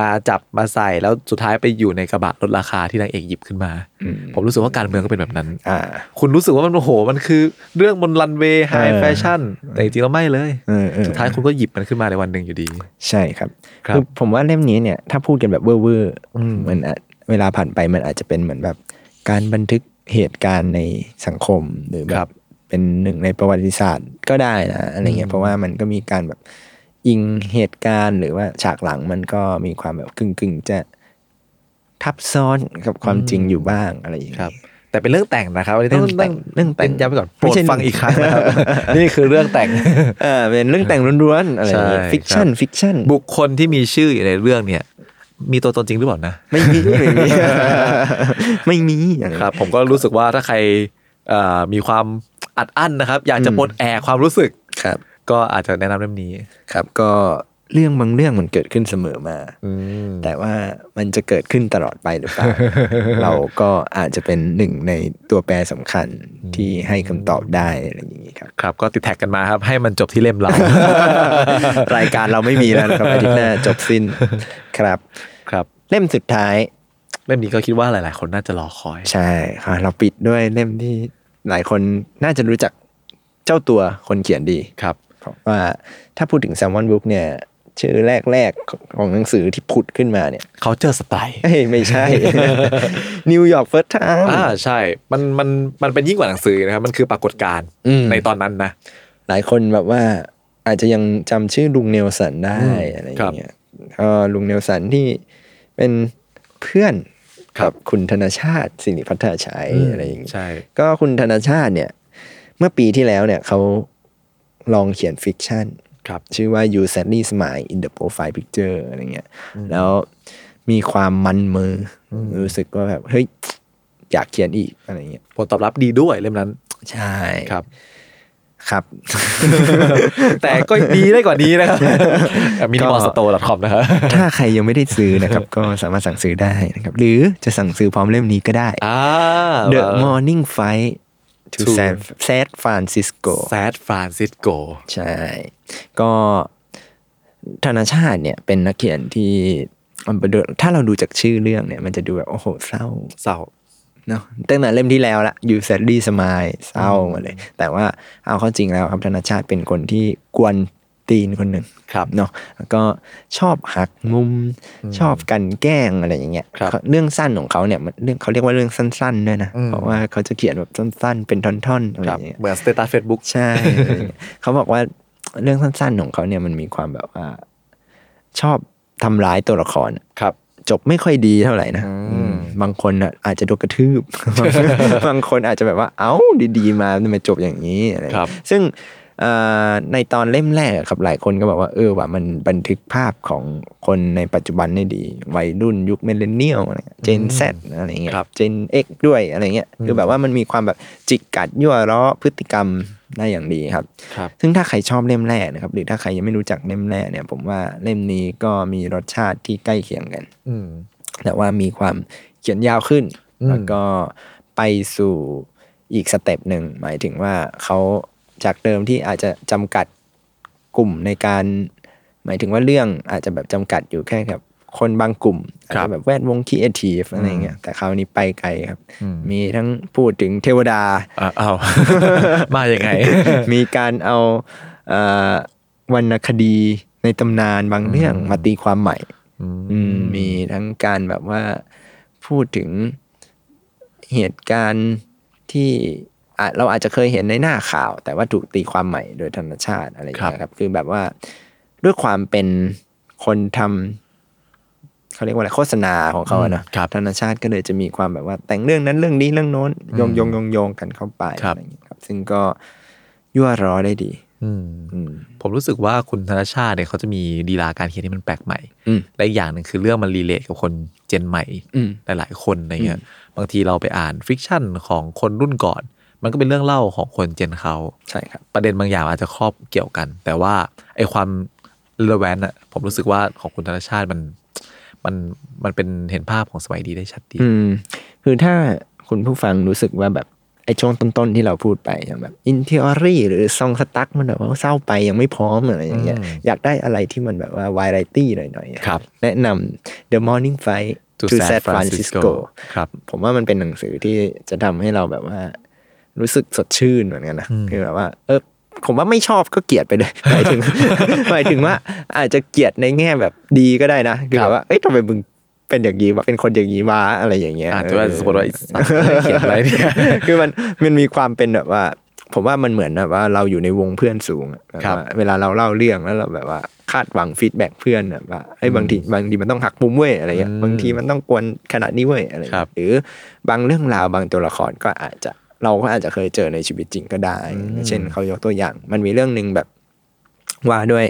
Speaker 2: มาจับมาใส่แล้วสุดท้ายไปอยู่ในกระบะลดราคาที่นางเอกหยิบขึ้นมา ผมรู้สึกว่าการเมืองก็เป็นแบบนั้น
Speaker 3: อ่า
Speaker 2: คุณรู้สึกว่ามันโอ้โห มันคือเรื่องบนรันเวย์ไฮ
Speaker 3: เออ
Speaker 2: แฟชั่น แต่จริงๆแล้วไม่เลย
Speaker 3: เออเออ
Speaker 2: สุดท้ายคุณก็หยิบมันขึ้นมาในวันหนึ่งอยู่ดี
Speaker 3: ใช่ครับ
Speaker 2: ครับ
Speaker 3: อผมว่าเล่มนี้เนี่ย ถ้าพูดกันแบบเว่อร์
Speaker 2: อืม
Speaker 3: ๆมันอาจเวลาผ่านไปมันอาจจะเป็นเหมือนแบบ การบันทึกเหตุการณ์ในสังคมหรือแบบเป็นหนึ่งในประวัติศาสตร์ก็ได้นะอะไรเงี้ยเพราะว่ามันก็มีการแบบ อิงเหตุการณ์หรือว่าฉากหลังมันก็มีความแบบกึ่งกึ่งๆจะทับซ้อนกับความจริงอยู่บ้างอะไรอย่างนี้
Speaker 2: ครับ แต่เป็นเรื่องแต่งนะครับอันนี้ต้อง
Speaker 3: เรื่องแต่ง
Speaker 2: เรื่องแต่ง
Speaker 3: เรื่
Speaker 2: ย้ำ
Speaker 3: องแต่ง
Speaker 2: ไปก่อนโป
Speaker 3: ไม่
Speaker 2: รด
Speaker 3: ใช่
Speaker 2: ฟังอีกครั้งนะครับ นี่คือเรื่องแต่ง
Speaker 3: เออเป็นเรื่องแต่งล้วนๆอะไรอย่างเงี้ย
Speaker 2: ใช่
Speaker 3: ฟิกชั่น
Speaker 2: ครับ
Speaker 3: ฟิกชั่น
Speaker 2: บุคคลที่มีชื่ออยู่ในเรื่องเนี่ย มีตัวตนจริงหรือเปล่านะ
Speaker 3: ไม่มีไม่ มี ไม่มีอะไร
Speaker 2: ครับผมก็รู้สึกว่าถ้าใครเอ่อมีความอัดอั้นนะครับ อยากจะ
Speaker 3: อืม
Speaker 2: ปลดแอกความรู้สึก
Speaker 3: ครับ
Speaker 2: ก็อาจจะแนะนำเล่มนี้
Speaker 3: ครับก็เรื่องบางเรื่องมันเกิดขึ้นเสมอมา
Speaker 2: แต่
Speaker 3: แต่ว่ามันจะเกิดขึ้นตลอดไปหรือ เปล่า เราก็อาจจะเป็นหนึ่งในตัวแปรสำคัญที่ให้คำตอบได้อะไรอย่าง นี้ครับ
Speaker 2: ครับก็ติดแท็กกันมาครับ ให้มันจบที่เล่ม เรา
Speaker 3: รายการเราไม่มีแล้วนะครับอาทิตย์หน้าจบสิ้นครับ
Speaker 2: ครับ
Speaker 3: เล่มสุดท้าย
Speaker 2: เล่มนี้ก็คิดว่าหลาย ๆ คนน่าจะรอคอย
Speaker 3: ใช่ครับเราปิดด้วยเล่มที่หลายคนน่าจะรู้จักเจ้าตัวคนเขียนดี
Speaker 2: ครับ
Speaker 3: เพราะว่าถ้าพูดถึงแซมมอนบุ๊กเนี่ยชื่อแรกๆของของหนังสือที่ผุดขึ้นมาเนี่ย
Speaker 2: เขาเจอสไตล์
Speaker 3: เอ้ย ไม่ ใช่ นิวยอร์กเฟิร์สไทม์
Speaker 2: อ่าใช่ มันมันมันเป็นยิ่งกว่าหนังสือนะครับ มันคือปรากฏการณ์
Speaker 3: อืม
Speaker 2: ในตอนนั้นนะ
Speaker 3: หลายคนแบบว่าอาจจะยังจำชื่อลุงเนลสันได้
Speaker 2: อืม
Speaker 3: อะไรอย่างเงี้ยเอ่อลุงเนลสันที่เป็นเพื่อน
Speaker 2: ครับ
Speaker 3: กัคุณธนชาติสิริพัฒนาชัยอะไรอย่างเงี้ย
Speaker 2: ใช่
Speaker 3: ก็คุณธนชาติเนี่ย เมื่อปีที่แล้วเนี่ยเขาลองเขียนฟิกชัน
Speaker 2: ครับ
Speaker 3: ชื่อว่า You Sadly Smile in the Profile Picture อะไรเงี้ย แล้วมีความมันมืออรู้สึกว่าแบบ เฮ้ย อยากเขียนอีกอะไรเงี้ย
Speaker 2: ผลตอบรับดีด้วยเล่มนั้น
Speaker 3: ใช่
Speaker 2: ครับ
Speaker 3: ครับ
Speaker 2: แต่ก็ดีได้กว่านี้ นะครับ มินิมอลสโตร์ดอทคอมนะครับ
Speaker 3: ถ้าใครยังไม่ได้ซื้อนะครับ ก็สามารถสั่งซื้อได้นะครับ หรือจะสั่งซื้อพร้อมเล่มนี้ก็ได้
Speaker 2: อ่า
Speaker 3: The Morning Flight to
Speaker 2: To
Speaker 3: San San Francisco
Speaker 2: แซดฟรานซิสโก
Speaker 3: ใช่ ก็ธนชาติเนี่ยเป็นนักเขียนที่มันเป็นเรื่องถ้าเราดูจากชื่อเรื่องเนี่ย มันจะดูแบบ โอ้โห เศร้า
Speaker 2: เศร้า
Speaker 3: เนาะตั้งแต่เล่มที่แล้วละอยู่แซดดี้สมายเศร้าหมาเลย แต่ว่าเอาเข้าจริงแล้วครับธนชาติเป็นคนที่กวนตีนคนหนึ่ง
Speaker 2: ครับ
Speaker 3: เนาะแล้วก็ชอบหักมุมชอบกันแกล้งอะไรอย่างเงี้ย
Speaker 2: ครับ
Speaker 3: เรื่องสั้นของเขาเนี่ยมันเรื่องเขาเรียกว่าเรื่องสั้นๆด้วยนะ
Speaker 2: อืม
Speaker 3: เพราะว่าเขาจะเขียนแบบสั้นๆ เป็นท่อนๆอะ
Speaker 2: ค
Speaker 3: ไรอ
Speaker 2: รับ
Speaker 3: ย่างเงี้ย
Speaker 2: เหมือนสเตตัสเฟซบุ๊ก
Speaker 3: ใช่อะไรอย่างเงี้ยเขาบอกว่าเรื่องสั้นๆของเขาเนี่ยมันมีความแบบว่า ชอบทำร้ายตัวละครอะ
Speaker 2: ครับ
Speaker 3: จบไม่ค่อยดีเท่าไหร่นะ
Speaker 2: อืม
Speaker 3: อืมบางคนอะอาจจะโดนกระทืบ บางคนอาจจะแบบว่า เอ้าดีๆมาทำไมจบอย่างนี้อะไร
Speaker 2: ครับ
Speaker 3: ซึ่งเอ่อในตอนเล่มแรกอะครับหลายคนก็บอกว่าเออว่ามันบันทึกภาพของคนในปัจจุบันได้ดี วัยรุ่นยุคเมเลเนียลเจนแซอะไรอย่างเงี้ย
Speaker 2: ครับ
Speaker 3: เจนเอ็กด้วยอะไรเงี้ยคือแบบว่ามันมีความแบบจิกกัดยั่วล้อพฤติกรรมได้อย่างดีครับ
Speaker 2: ครับ
Speaker 3: ซึ่งถ้าใครชอบเล่มแรกนะครับ หรือถ้าใครยังไม่รู้จักเล่มแรกเนี่ย ผมว่าเล่มนี้ก็มีรสชาติที่ใกล้เคียงกัน
Speaker 2: อืม
Speaker 3: แต่ว่ามีความเขียนยาวขึ้น
Speaker 2: อืม
Speaker 3: แล้วก็ไปสู่อีกสเต็ปหนึ่งหมายถึงว่าเขาจากเดิมที่อาจจะจำกัดกลุ่มในการ หมายถึงว่าเรื่องอาจจะแบบจำกัดอยู่แค่กับคนบางกลุ่มอาจจะแบบแวดวงคีเอทีฟอะไรอย่างเงี้ยแต่คราวนี้ไปไกลครับ มีทั้งพูดถึงเทวดา
Speaker 2: อ่า เอา มาอย่างไง
Speaker 3: มีการเอาเอ่อวรรณคดีในตำนานบางเรื่องมาตีความใหม่ อืมมีทั้งการแบบว่าพูดถึงเหตุการณ์ที่อ่ะเราอาจจะเคยเห็นในหน้าข่าว แต่ว่าถูกตีความใหม่โดยธรรมชาติอะไรอย่างเงี้ยครับ คือแบบว่าด้วยความเป็นคนทำเขาเรียกว่าอะไรโฆษณาของเขาอะเนอะ
Speaker 2: อืมครับ
Speaker 3: ธรรมชาติก็เลยจะมีความแบบว่า แต่งเรื่องนั้นเรื่องนี้เรื่องโน้นโยงโยงโยงโยงกันเข้าไป
Speaker 2: ครับ
Speaker 3: อะไรอย่างเงี้ยครับ ซึ่งก็ยั่วร้อได้ดี
Speaker 2: อืม
Speaker 3: อืม
Speaker 2: ผมรู้สึกว่าคุณธนชาติเนี่ยเขาจะมีดีลาการเขียนที่มันแปลกใหม่
Speaker 3: อืม
Speaker 2: และอีกอย่างหนึ่งคือเรื่องมันรีเลทกับคนเจนใหม่
Speaker 3: อืม
Speaker 2: หลายๆคนอะไรเงี้ยบางทีเราไปอ่านฟิกชั่นของคนรุ่นก่อน มันก็เป็นเรื่องเล่าของคนเจนเขา
Speaker 3: ใช่ครับ
Speaker 2: ประเด็นบางอย่างอาจจะครอบเกี่ยวกัน แต่ว่าไอ้ความเร v แวนอะผมรู้สึกว่าของคุณธนชาติมันมันมันเป็นเห็นภาพของสมัยดีได้ชัดดี
Speaker 3: อืมคือถ้าคุณผู้ฟังรู้สึกว่าแบบไอ้ช่วงต้นๆที่เราพูดไปอย่างแบบอินเทอรี่หรือซองสตั๊กมันแบบว่าเศร้าไปยังไม่พร้อมอะไรอย่างเงี้ย
Speaker 2: อืม
Speaker 3: อยากได้อะไรที่มันแบบว่าวายไรตี้หน่อยๆอะ
Speaker 2: ครับ
Speaker 3: แนะนำ The Morning Fight
Speaker 2: To
Speaker 3: to
Speaker 2: San
Speaker 3: San
Speaker 2: Francisco
Speaker 3: Francisco
Speaker 2: ครับ
Speaker 3: ผมว่ามันเป็นหนังสือที่จะทำให้เราแบบว่า รู้สึกสดชื่นเหมือนกันนะ
Speaker 2: อืม
Speaker 3: คือแบบว่า เออผมว่าไม่ชอบก็เกลียดไปเลย หมายถึง หมายถึงว่าอาจจะเกลียดในแง่แบบดีก็ได้นะคือแบบว่าเอ้ยทำไมมึงเป็นอย่างนี้วะเป็นคนอย่างนี้วะอะไรอย่างเงี้ย
Speaker 2: อาจจะว่าสมมติว่าไอ้สัตว์เขียนอะไรเนี่ย
Speaker 3: คือมันมันมีความเป็นแบบว่า ผมว่ามันเหมือนแบบว่าเราอยู่ในวงเพื่อนสูงอะแบบ
Speaker 2: ครับ
Speaker 3: ว่าเวลาเราเล่าเรื่องแล้วเราแบบว่าคาดหวังฟีดแบ็กเพื่อนแบบว่าเอ้ยบางทีบางทีมันต้องหักมุมเว้ยอะไรเงี้ย
Speaker 2: อืม
Speaker 3: บางทีมันต้องกวนขนาดนี้เว้ยอะไร
Speaker 2: ครั
Speaker 3: เงี้
Speaker 2: บ
Speaker 3: ยหรือบางเรื่องราวบางตัวละครก็อาจจะเราก็อาจจะเคยเจอในชีวิตจริงก็ได้ เช่นเขายกตัวอย่าง มันมีเรื่องหนึ่งแบบว่าด้วย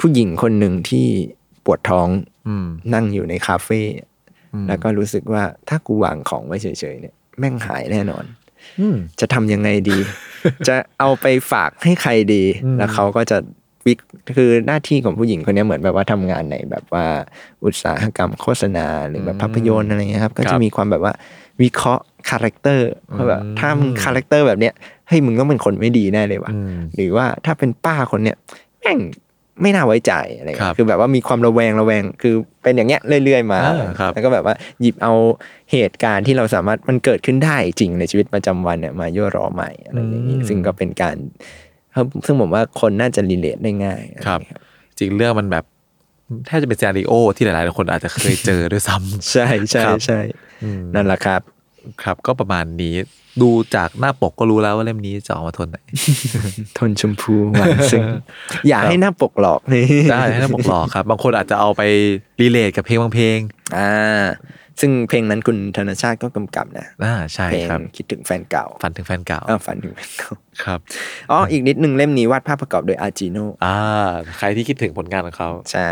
Speaker 3: ผู้หญิงคนหนึ่งที่ปวดท้อง
Speaker 2: อืม
Speaker 3: นั่งอยู่ในคาเฟ่
Speaker 2: อืม
Speaker 3: แล้วก็รู้สึกว่าถ้ากูวางของไว้เฉยๆเนี่ยแม่งหายแน่นอน
Speaker 2: อืม
Speaker 3: จะทำยังไงดี จะเอาไปฝากให้ใครดี
Speaker 2: อืม
Speaker 3: แล้วเขาก็จะวิกคือหน้าที่ของผู้หญิงคนเนี้ยเหมือนแบบว่าทำงานในแบบว่าอุตสาหกรรมโฆษณาหรือแบบ
Speaker 2: อืม
Speaker 3: ภาพยนตร์อะไรเงี้ยครับ ก็
Speaker 2: ครั
Speaker 3: จะ
Speaker 2: บ
Speaker 3: มีความแบบว่าวิเคราะห์คาแรคเตอร์ว่าแบบ
Speaker 2: อืม
Speaker 3: ถ้ามึงคาแรคเตอร์แบบเนี้ยเฮ้ยมึงต้องเป็นคนไม่ดีแน่เลยว่ะ
Speaker 2: อืม
Speaker 3: หรือว่าถ้าเป็นป้าคนเนี้ยแม่งไม่น่าไว้ใจอะไร
Speaker 2: ครั
Speaker 3: เงี้
Speaker 2: บ
Speaker 3: ยคือแบบว่ามีความระแวงระแวงคือเป็นอย่างเงี้ยเรื่อย ๆ มา
Speaker 2: อ่าครับ
Speaker 3: แล้วก็แบบว่าหยิบเอาเหตุการณ์ที่เราสามารถมันเกิดขึ้นได้จริงในชีวิตประจำวันเนี่ยมายั่วร้อใหม่อะไรอย่างนี้
Speaker 2: อืม
Speaker 3: ซึ่งก็เป็นการครับซึ่งผมว่าคนน่าจะรีเลทได้ง่าย
Speaker 2: ครับ จริงเรื่องมันแบบแทบจะเป็นซีนารีโอที่หลายๆคนอาจจะเคยเจอด้วยซ้ำ
Speaker 3: ใช่ใช่
Speaker 2: ครับ
Speaker 3: ใช่
Speaker 2: อืม
Speaker 3: นั่นแหละครับ
Speaker 2: ครับก็ประมาณนี้ดูจากหน้าปกก็รู้แล้วว่าเล่มนี้จะออกมาโทน ไหน
Speaker 3: ทนชมพูหวานซึ้งอย่าให้หน้าปกหลอกนี่
Speaker 2: ได้ให้หน้าปกหลอกครับ บางคนอาจจะเอาไปรีเลทกับเพลงบางเพลง
Speaker 3: อ่า ซึ่งเพลงนั้นคุณธนชาติก็กำกับนะ
Speaker 2: อ่าใช่
Speaker 3: เพลง
Speaker 2: ครับ
Speaker 3: คิดถึงแฟนเก่า
Speaker 2: ฝันถึงแฟนเก่า
Speaker 3: อ้าวฝันถึงแฟนเก่า
Speaker 2: ครับ
Speaker 3: อ๋ออีกนิดนึงเล่มนี้วาดภาพประกอบโดยอาจิโน
Speaker 2: อ่าใครที่คิดถึงผลงานของเขา
Speaker 3: ใช่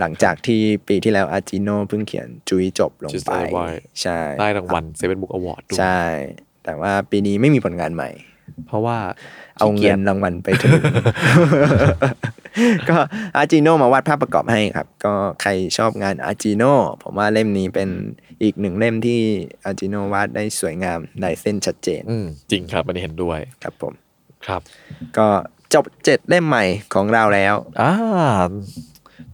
Speaker 3: หลังจากที่ปีที่แล้วอาจิโนเพิ่งเขียนจุยจบลง
Speaker 2: Just
Speaker 3: ไป
Speaker 2: Like Why
Speaker 3: ใช่
Speaker 2: ได้รางวัลเซเว่นบุ๊กอวอร์ดด้วย
Speaker 3: ใช่ แต่ว่าปีนี้ไม่มีผลงานใหม่
Speaker 2: เพราะว่า
Speaker 3: เอา
Speaker 2: ขี้กี
Speaker 3: เงิ
Speaker 2: ยจ
Speaker 3: นรางวัลไปถึง ก็อาจิโนมาวาดภาพประกอบให้ครับ ก็ใครชอบงานอาจิโนผมว่าเล่มนี้เป็นอีกหนึ่งเล่มที่อาจิโนวาดได้สวยงามลายเส้นชัดเจน
Speaker 2: อืมจริงครับอันนี้เห็นด้วย
Speaker 3: ครับผม
Speaker 2: ครับ
Speaker 3: ก็จบเจ็ดเล่มใหม่ของเราแล้ว
Speaker 2: อ่า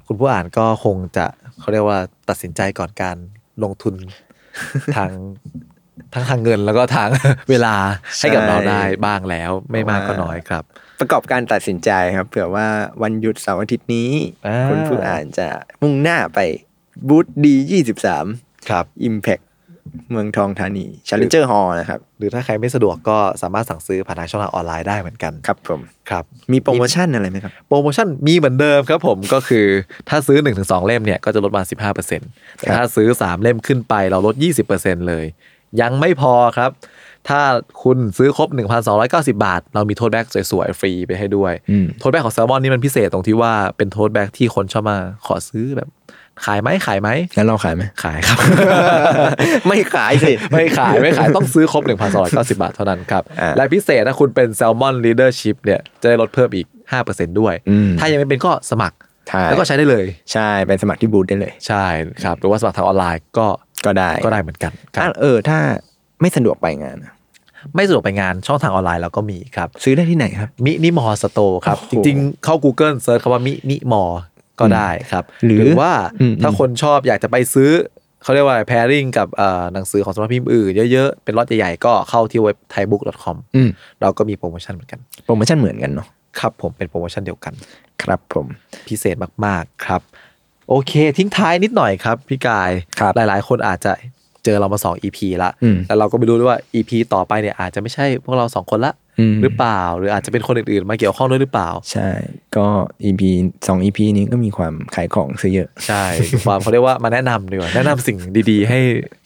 Speaker 2: คุณผู้อ่านก็คงจะเขาเรียกว่าตัดสินใจก่อนการลงทุ น ทางทั้งทางเงินแล้วก็ทาง เวลาให้กับเราได้บ้างแล้ว ไม่มากก็น้อยครับ
Speaker 3: ประกอบการตัดสินใจครับเผื่อว่าวันหยุดเสาร์อาทิตย์นี้
Speaker 2: อ่า
Speaker 3: คุณผู้อ่านจะมุ่งหน้าไปบูธดียี่สิบสาม
Speaker 2: ครับ
Speaker 3: อิมแพคเมืองทองธานีช h เลนเจอร์ฮอลนะครับ
Speaker 2: หรือถ้าใครไม่สะดวกก็สามารถสั่งซื้อผ่านทางช่องทางออนไลน์ได้เหมือนกัน
Speaker 3: ครับผม
Speaker 2: ครับ
Speaker 3: มีโปรโมชั่นอะไรไหมครับ
Speaker 2: โปรโมชั่นมีเหมือนเดิมครับผม ก็คือถ้าซื้อ 1-2 เล่มเนี่ยก็จะลดมา 15%แต่ถ้าซื้อ 3 เล่มขึ้นไปเราลด 20%เลย ยังไม่พอครับ ถ้าคุณซื้อครบ 1,290 บาท เรามีโทษแบ็กสวยๆ ฟรีไปให้ด้วย
Speaker 3: อืม
Speaker 2: โทษแบ็กของแซลมอนนี่มันพิเศษตรงที่ว่าเป็นโทษแบ็กที่คนชอบมาขอซื้อแบบ ขายไหมขายไหม
Speaker 3: งั้นเราขายไหม
Speaker 2: ขายครับ
Speaker 3: ไม่ขายสิ
Speaker 2: ไม่ขายไม่ขายต้องซื้อครบ 1,290 บาทเท่านั้นครับ
Speaker 3: อ่า
Speaker 2: และพิเศษถ้าคุณเป็น Salmon Leadership เนี่ยจะได้ลดเพิ่มอีก 5%ด้วย
Speaker 3: อืม
Speaker 2: ถ้ายังไม่เป็นก็สมัคร
Speaker 3: ขาย
Speaker 2: แล้วก็ใช้ได้เลย
Speaker 3: ใช่ไปสมัครที่บูธได้เลย
Speaker 2: ใช่ครับ หรือว่าสมัครทางออนไลน์ก็
Speaker 3: ก็ได้
Speaker 2: ก็ได้เหมือนกันค
Speaker 3: อ่ะ
Speaker 2: รับ
Speaker 3: เออ ถ้าไม่สะดวกไปงานอะ
Speaker 2: ไม่สะดวกไปงานช่องทางออนไลน์เราก็มีครับ
Speaker 3: ซื้อได้ที่ไหนครับ
Speaker 2: มินิมอสโตครับจ
Speaker 3: โอ้โห
Speaker 2: ริงๆ เข้า Google เซิร์ชคำว่ามินิมอก็ได้ครับ
Speaker 3: หรือ
Speaker 2: ว่า
Speaker 3: อืม
Speaker 2: ถ้าคนชอบอยากจะไปซื้อเขาเรียกว่าแพริงกับเอ่อหนังสือของสำนักพิมพ์อื่นเยอะๆเป็นล็อตใหญ่ๆก็เข้าที่เว็บ thaibook.com
Speaker 3: อืม
Speaker 2: เราก็มีโปรโมชั่นเหมือนกัน
Speaker 3: โปรโมชั่นเหมือนกันเนาะ
Speaker 2: ครับผมเป็นโปรโมชั่นเดียวกัน
Speaker 3: ครับผม
Speaker 2: พิเศษมาก ๆ ครับ โอเค ทิ้งท้ายนิดหน่อยครับ พี่กาย
Speaker 3: ครับ
Speaker 2: หลาย ๆ คนอาจจะเจอเรามา 2 EP ละ
Speaker 3: อืม
Speaker 2: แต่เราก็ไม่รู้ด้วยว่า EP ต่อไปเนี่ยอาจจะไม่ใช่พวกเรา 2 คนละ
Speaker 3: อืม
Speaker 2: หรือเปล่า หรืออาจจะเป็นคนอื่น ๆ มาเกี่ยวข้องด้วยหรือเปล่า
Speaker 3: ใช่ ก็ EP สอง EP นี้ก็มีความขายของซะเยอะ
Speaker 2: ใช่ ความเขาเรียกว่ามาแนะนำดีกว่าแนะนำสิ่งดี ๆ ให้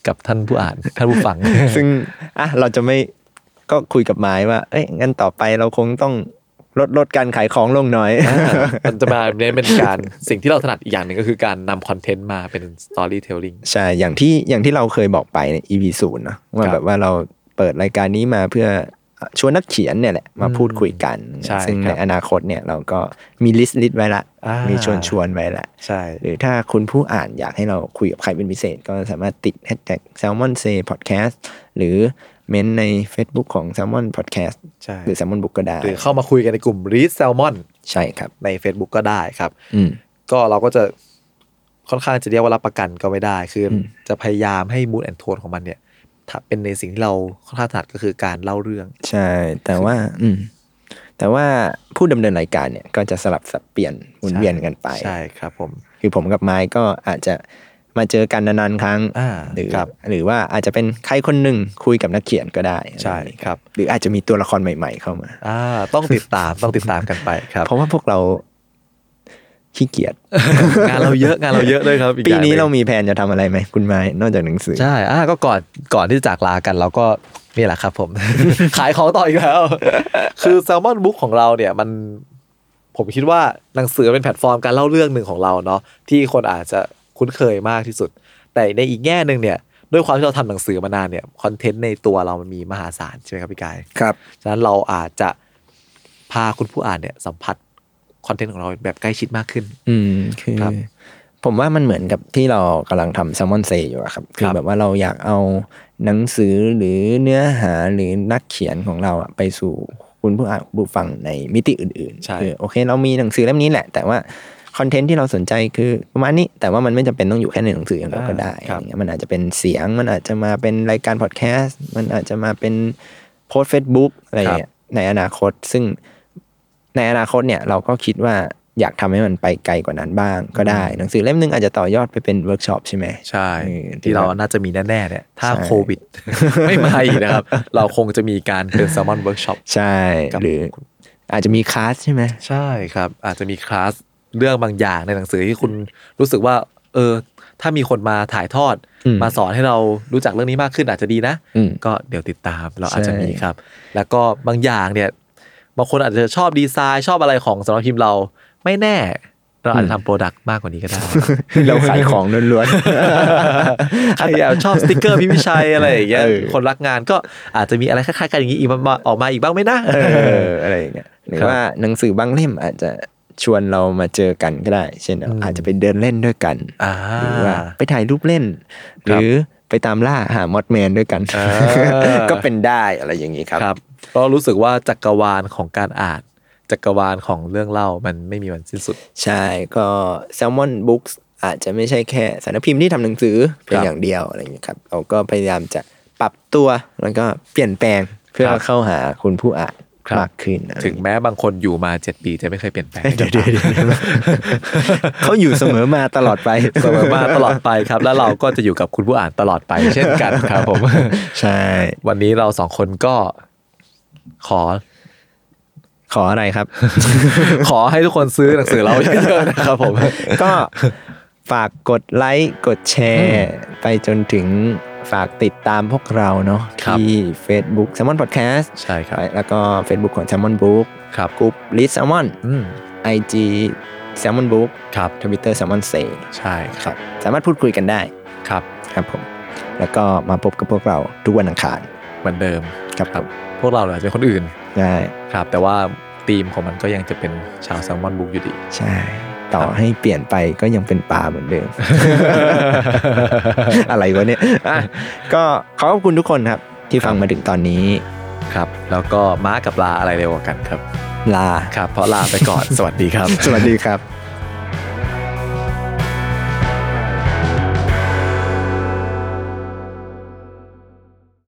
Speaker 2: กับท่านผู้อ่านท่านผู้ ฟัง
Speaker 3: ซึ่งอ่ะเราจะไม่ก็คุยกับไม้ว่า เอ้ยงั้นต่อไปเราคงต้องลดลดการขายของลงหน้อย
Speaker 2: มันจะมาเน้นเป็นการสิ่งที่เราถนัดอีกอย่างหนึ่งก็คือการนำคอนเทนต์มาเป็น storytelling
Speaker 3: ใช่ อย่างที่อย่างที่เราเคยบอกไปใน EP ศูนย์นะ
Speaker 2: ค
Speaker 3: ว่า
Speaker 2: รับ
Speaker 3: แบบว่าเราเปิดรายการนี้มาเพื่อชวนนักเขียนเนี่ยแหละมาพูดคุยกัน
Speaker 2: ใช่
Speaker 3: ซึ่ง
Speaker 2: ครั
Speaker 3: ใน
Speaker 2: บ
Speaker 3: อนาคตเนี่ยเราก็มีลิสต์ลิสต์ไว้ละ
Speaker 2: อ่ามี
Speaker 3: มีชวนชวนไว้ละ
Speaker 2: ใช่
Speaker 3: หรือถ้าคุณผู้อ่านอยากให้เราคุยกับใครเป็นพิเศษ ก็สามารถติด hashtag salmon say podcast หรือเม้นใน Facebook ของ salmon podcast
Speaker 2: ใช่
Speaker 3: หรือ salmon book ก็ได้
Speaker 2: หรือเข้ามาคุยกันในกลุ่ม Read Salmon
Speaker 3: ใช่ครับ
Speaker 2: ใน Facebook ก็ได้ครับ
Speaker 3: อืม
Speaker 2: ก็เราก็จะค่อนข้างจะเรียกว่ารับประกันก็ไม่ได้ คืออ
Speaker 3: ม
Speaker 2: จะพยายามให้มูดแอนโทนของมันเนี่ยถ้าเป็นในสิ่งที่เราค่อนข้างถนัดก็คือการเล่าเรื่อง
Speaker 3: ใช่ แต่ว่า อืม แต่ว่าผู้ดำเนินรายการเนี่ย ก็จะสลับสับเปลี่ยนหมุนเวียนกันไป
Speaker 2: ใช่ครับผม
Speaker 3: คือผมกับไม้ก็อาจจะ มาเจอกันนานๆครั้ง
Speaker 2: อ่า
Speaker 3: หรือ
Speaker 2: ครับ
Speaker 3: หรือว่าอาจจะเป็นใครคนหนึ่งคุยกับนักเขียนก็ได้
Speaker 2: ใช่ครับ
Speaker 3: หรืออาจจะมีตัวละครใหม่ ๆ เข้ามา
Speaker 2: อ่าต้องติดตามต้องติดตามกันไปครับ
Speaker 3: เพราะว่าพวกเราขี้เกียจ
Speaker 2: งานเราเยอะงานเราเยอะด้วยครับอีกอ
Speaker 3: ปี
Speaker 2: ย่งหง
Speaker 3: นี้เรามีแผนจะทำอะไรไหมคุณไม้นอกจากหนังสือ
Speaker 2: ใช่อ่าก็ก่อนก่อนที่จะจากลากันเราก็นี่แหละครับผม ขายของต่ออีกแล้ว คือแซลมอนบุ๊กของเราเนี่ยมันผมคิดว่าหนังสือเป็นแพลตฟอร์มการเล่าเรื่องหนึ่งของเราเนาะที่คนอาจจะคุ้นเคยมากที่สุด แต่ในอีกแง่หนึ่งเนี่ย ด้วยความที่เราทำหนังสือมานานเนี่ยคอนเทนต์ในตัวเรามันมีมหาศาลใช่ไหมครับพี่กาย
Speaker 3: ครับ
Speaker 2: ฉะนั้นเราอาจจะพาคุณผู้อ่านเนี่ยสัมผัสคอนเทนต์ของเราแบบใกล้ชิดมากขึ้น
Speaker 3: อืมคือ
Speaker 2: ครับ
Speaker 3: ผมว่ามันเหมือนกับที่เรากำลังทำแซมมอนเซอยู่อะครับ คื
Speaker 2: ค
Speaker 3: อ
Speaker 2: รับ
Speaker 3: แบบว่าเราอยากเอาหนังสือหรือเนื้อหาหรือนักเขียนของเราอะไปสู่คุณผู้อ่านผู้ฟังในมิติอื่น
Speaker 2: ใช่
Speaker 3: ๆคือโอเค เรามีหนังสือเล่มนี้แหละ แต่ว่าคอนเทนต์ที่เราสนใจคือประมาณนี้แต่ว่ามันไม่จำเป็นต้องอยู่แค่ในหนังสืออย่างเดียวก็ได้
Speaker 2: ครับ
Speaker 3: อย่างเงี้ยมันอาจจะเป็นเสียง มันอาจจะมาเป็นรายการพอดแคสต์มันอาจจะมาเป็นโพสเฟซบุ๊กอะไรอย่างเงี้ยในอนาคตซึ่ง ในอนาคตเนี่ยเราก็คิดว่าอยากทำให้มันไปไกลกว่านั้นบ้างก็ได้ หนังสือเล่มหนึงอาจจะต่อยอดไปเป็นเวิร์กช็อปใช่ไหม
Speaker 2: ใช่
Speaker 3: เออ
Speaker 2: ที่เราน่าจะมีแน่ๆเนี่ยถ้า
Speaker 3: ใช่
Speaker 2: โควิด ไม่มาอีกนะครับ เราคงจะมีการเป็นแซลมอนเวิร์กช็อป
Speaker 3: ใช่
Speaker 2: ครับ
Speaker 3: หรืออาจจะมีคลาสใช่ไหม
Speaker 2: ใช่ครับ อาจจะมีคลาสเรื่องบางอย่างในหนังสือที่คุณรู้สึกว่า เออ ถ้ามีคนมาถ่ายทอด
Speaker 3: อืม
Speaker 2: มาสอนให้เรารู้จักเรื่องนี้มากขึ้นอาจจะดีนะ
Speaker 3: อืม
Speaker 2: ก็เดี๋ยวติดตามเราอาจจะ
Speaker 3: ใช่
Speaker 2: มีครับ แล้วก็บางอย่างเนี่ยบางคนอาจจะชอบดีไซน์ชอบอะไรของสำนักพิมพ์เราไม่แน่ เราอาจจะทำโปรดักต์มากกว่านี้ก็ได้
Speaker 3: เราขายของล้วน
Speaker 2: ใครอยากชอบสติกเกอร์พี่วิชัยอะไรอย่างเงี้ย
Speaker 3: เออ
Speaker 2: คนรักงานก็อาจจะมีอะไรคล้ายๆกันอย่างนี้อีกมาออกมาอีกบ้างไหมนะ
Speaker 3: ๆเอออะไรอย่างเงี้ยหรือ
Speaker 2: ครับ
Speaker 3: ว่าหนังสือบางเล่มอาจจะชวนเรามาเจอกันก็ได้ เช่น
Speaker 2: อืม
Speaker 3: อาจจะไปเดินเล่นด้วยกัน
Speaker 2: อ่า
Speaker 3: หรือว่าไปถ่ายรูปเล่น หรือไปตามล่าหามอดแมนด้วยกัน
Speaker 2: อ่า
Speaker 3: ก็เป็นได้อะไรอย่างนี้ครับ
Speaker 2: ครับเพราะรู้สึกว่าจักรวาลของการอ่าน จักรวาลของเรื่องเล่ามันไม่มีวันสิ้นสุด
Speaker 3: ใช่ก็ Salmon Books อาจจะไม่ใช่แค่สารพิมพ์ที่ทำหนังสือเพี
Speaker 2: ค
Speaker 3: ยง
Speaker 2: รับ
Speaker 3: อย่างเดียวอะไรอย่างนี้ยครับเราก็พยายามจะปรับตัวแล้วก็เปลี่ยนแปลงเพื่อ
Speaker 2: ครับ
Speaker 3: เข้าหาคุณผู้อ่าน
Speaker 2: ครับ
Speaker 3: มากขึ้นอะไรอ
Speaker 2: ถึง
Speaker 3: ย่างเงี้ย
Speaker 2: แม้บางคนอยู่มาเจ็ดปีจะไม่เคยเปลี่ยนแปลง
Speaker 3: เดี๋ยวเดี๋ยวเดี๋ยว เขาอยู่เสมอมาตลอดไป
Speaker 2: เสมอมาตลอดไปครับ แล้วเราก็จะอยู่กับคุณผู้อ่านตลอดไป เช่นกันครับ ผม
Speaker 3: ใช่
Speaker 2: วันนี้เราสองคนก็ขอ
Speaker 3: ขออะไรครับ
Speaker 2: ขอให้ทุกคนซื้อหนังสือเราเยอะๆนะครับผม
Speaker 3: ก็ฝากกดไลค์กดแชร์ ไปจนถึงฝากติดตามพวกเราเนาะ
Speaker 2: ครับ
Speaker 3: ที่ Facebook Salmon Podcast
Speaker 2: ใช่ครับ
Speaker 3: แล้วก็ Facebook ของ Salmon Book
Speaker 2: ครับ
Speaker 3: กลุ่ม List Salmon
Speaker 2: อืม
Speaker 3: IG Salmon Book
Speaker 2: ครับ
Speaker 3: Twitter Salmon Say
Speaker 2: ใช่ค
Speaker 3: ครับ รับสามารถพูดคุยกันได้
Speaker 2: ครับ
Speaker 3: ครับผม แล้วก็มาพบกับพวกเราทุกวันอังคาร
Speaker 2: เหมือนเดิม
Speaker 3: ครับ
Speaker 2: ครับ พวกเราเนี่ยอาจจะเป็นคนอื่น
Speaker 3: ได้
Speaker 2: ครับ แต่ว่าธีมของมันก็ยังจะเป็นชาวแซลมอนบุ๊กอยู่ดี
Speaker 3: ใช่ ต่อ
Speaker 2: ครับ
Speaker 3: ให้เปลี่ยนไปก็ยังเป็นปลาเหมือนเดิ ม อะไรวะเนี่ยอ่ะก็ขอขอบคุณทุกคนครับ ที่ฟังมาถึงตอนนี้
Speaker 2: ครับ แล้วก็ม้ากับลาอะไรเร็วกว่ากันครับ
Speaker 3: ลา
Speaker 2: ครับ เพราะลาไปก่อน สวัสดีครับ
Speaker 3: สวัสดีครับ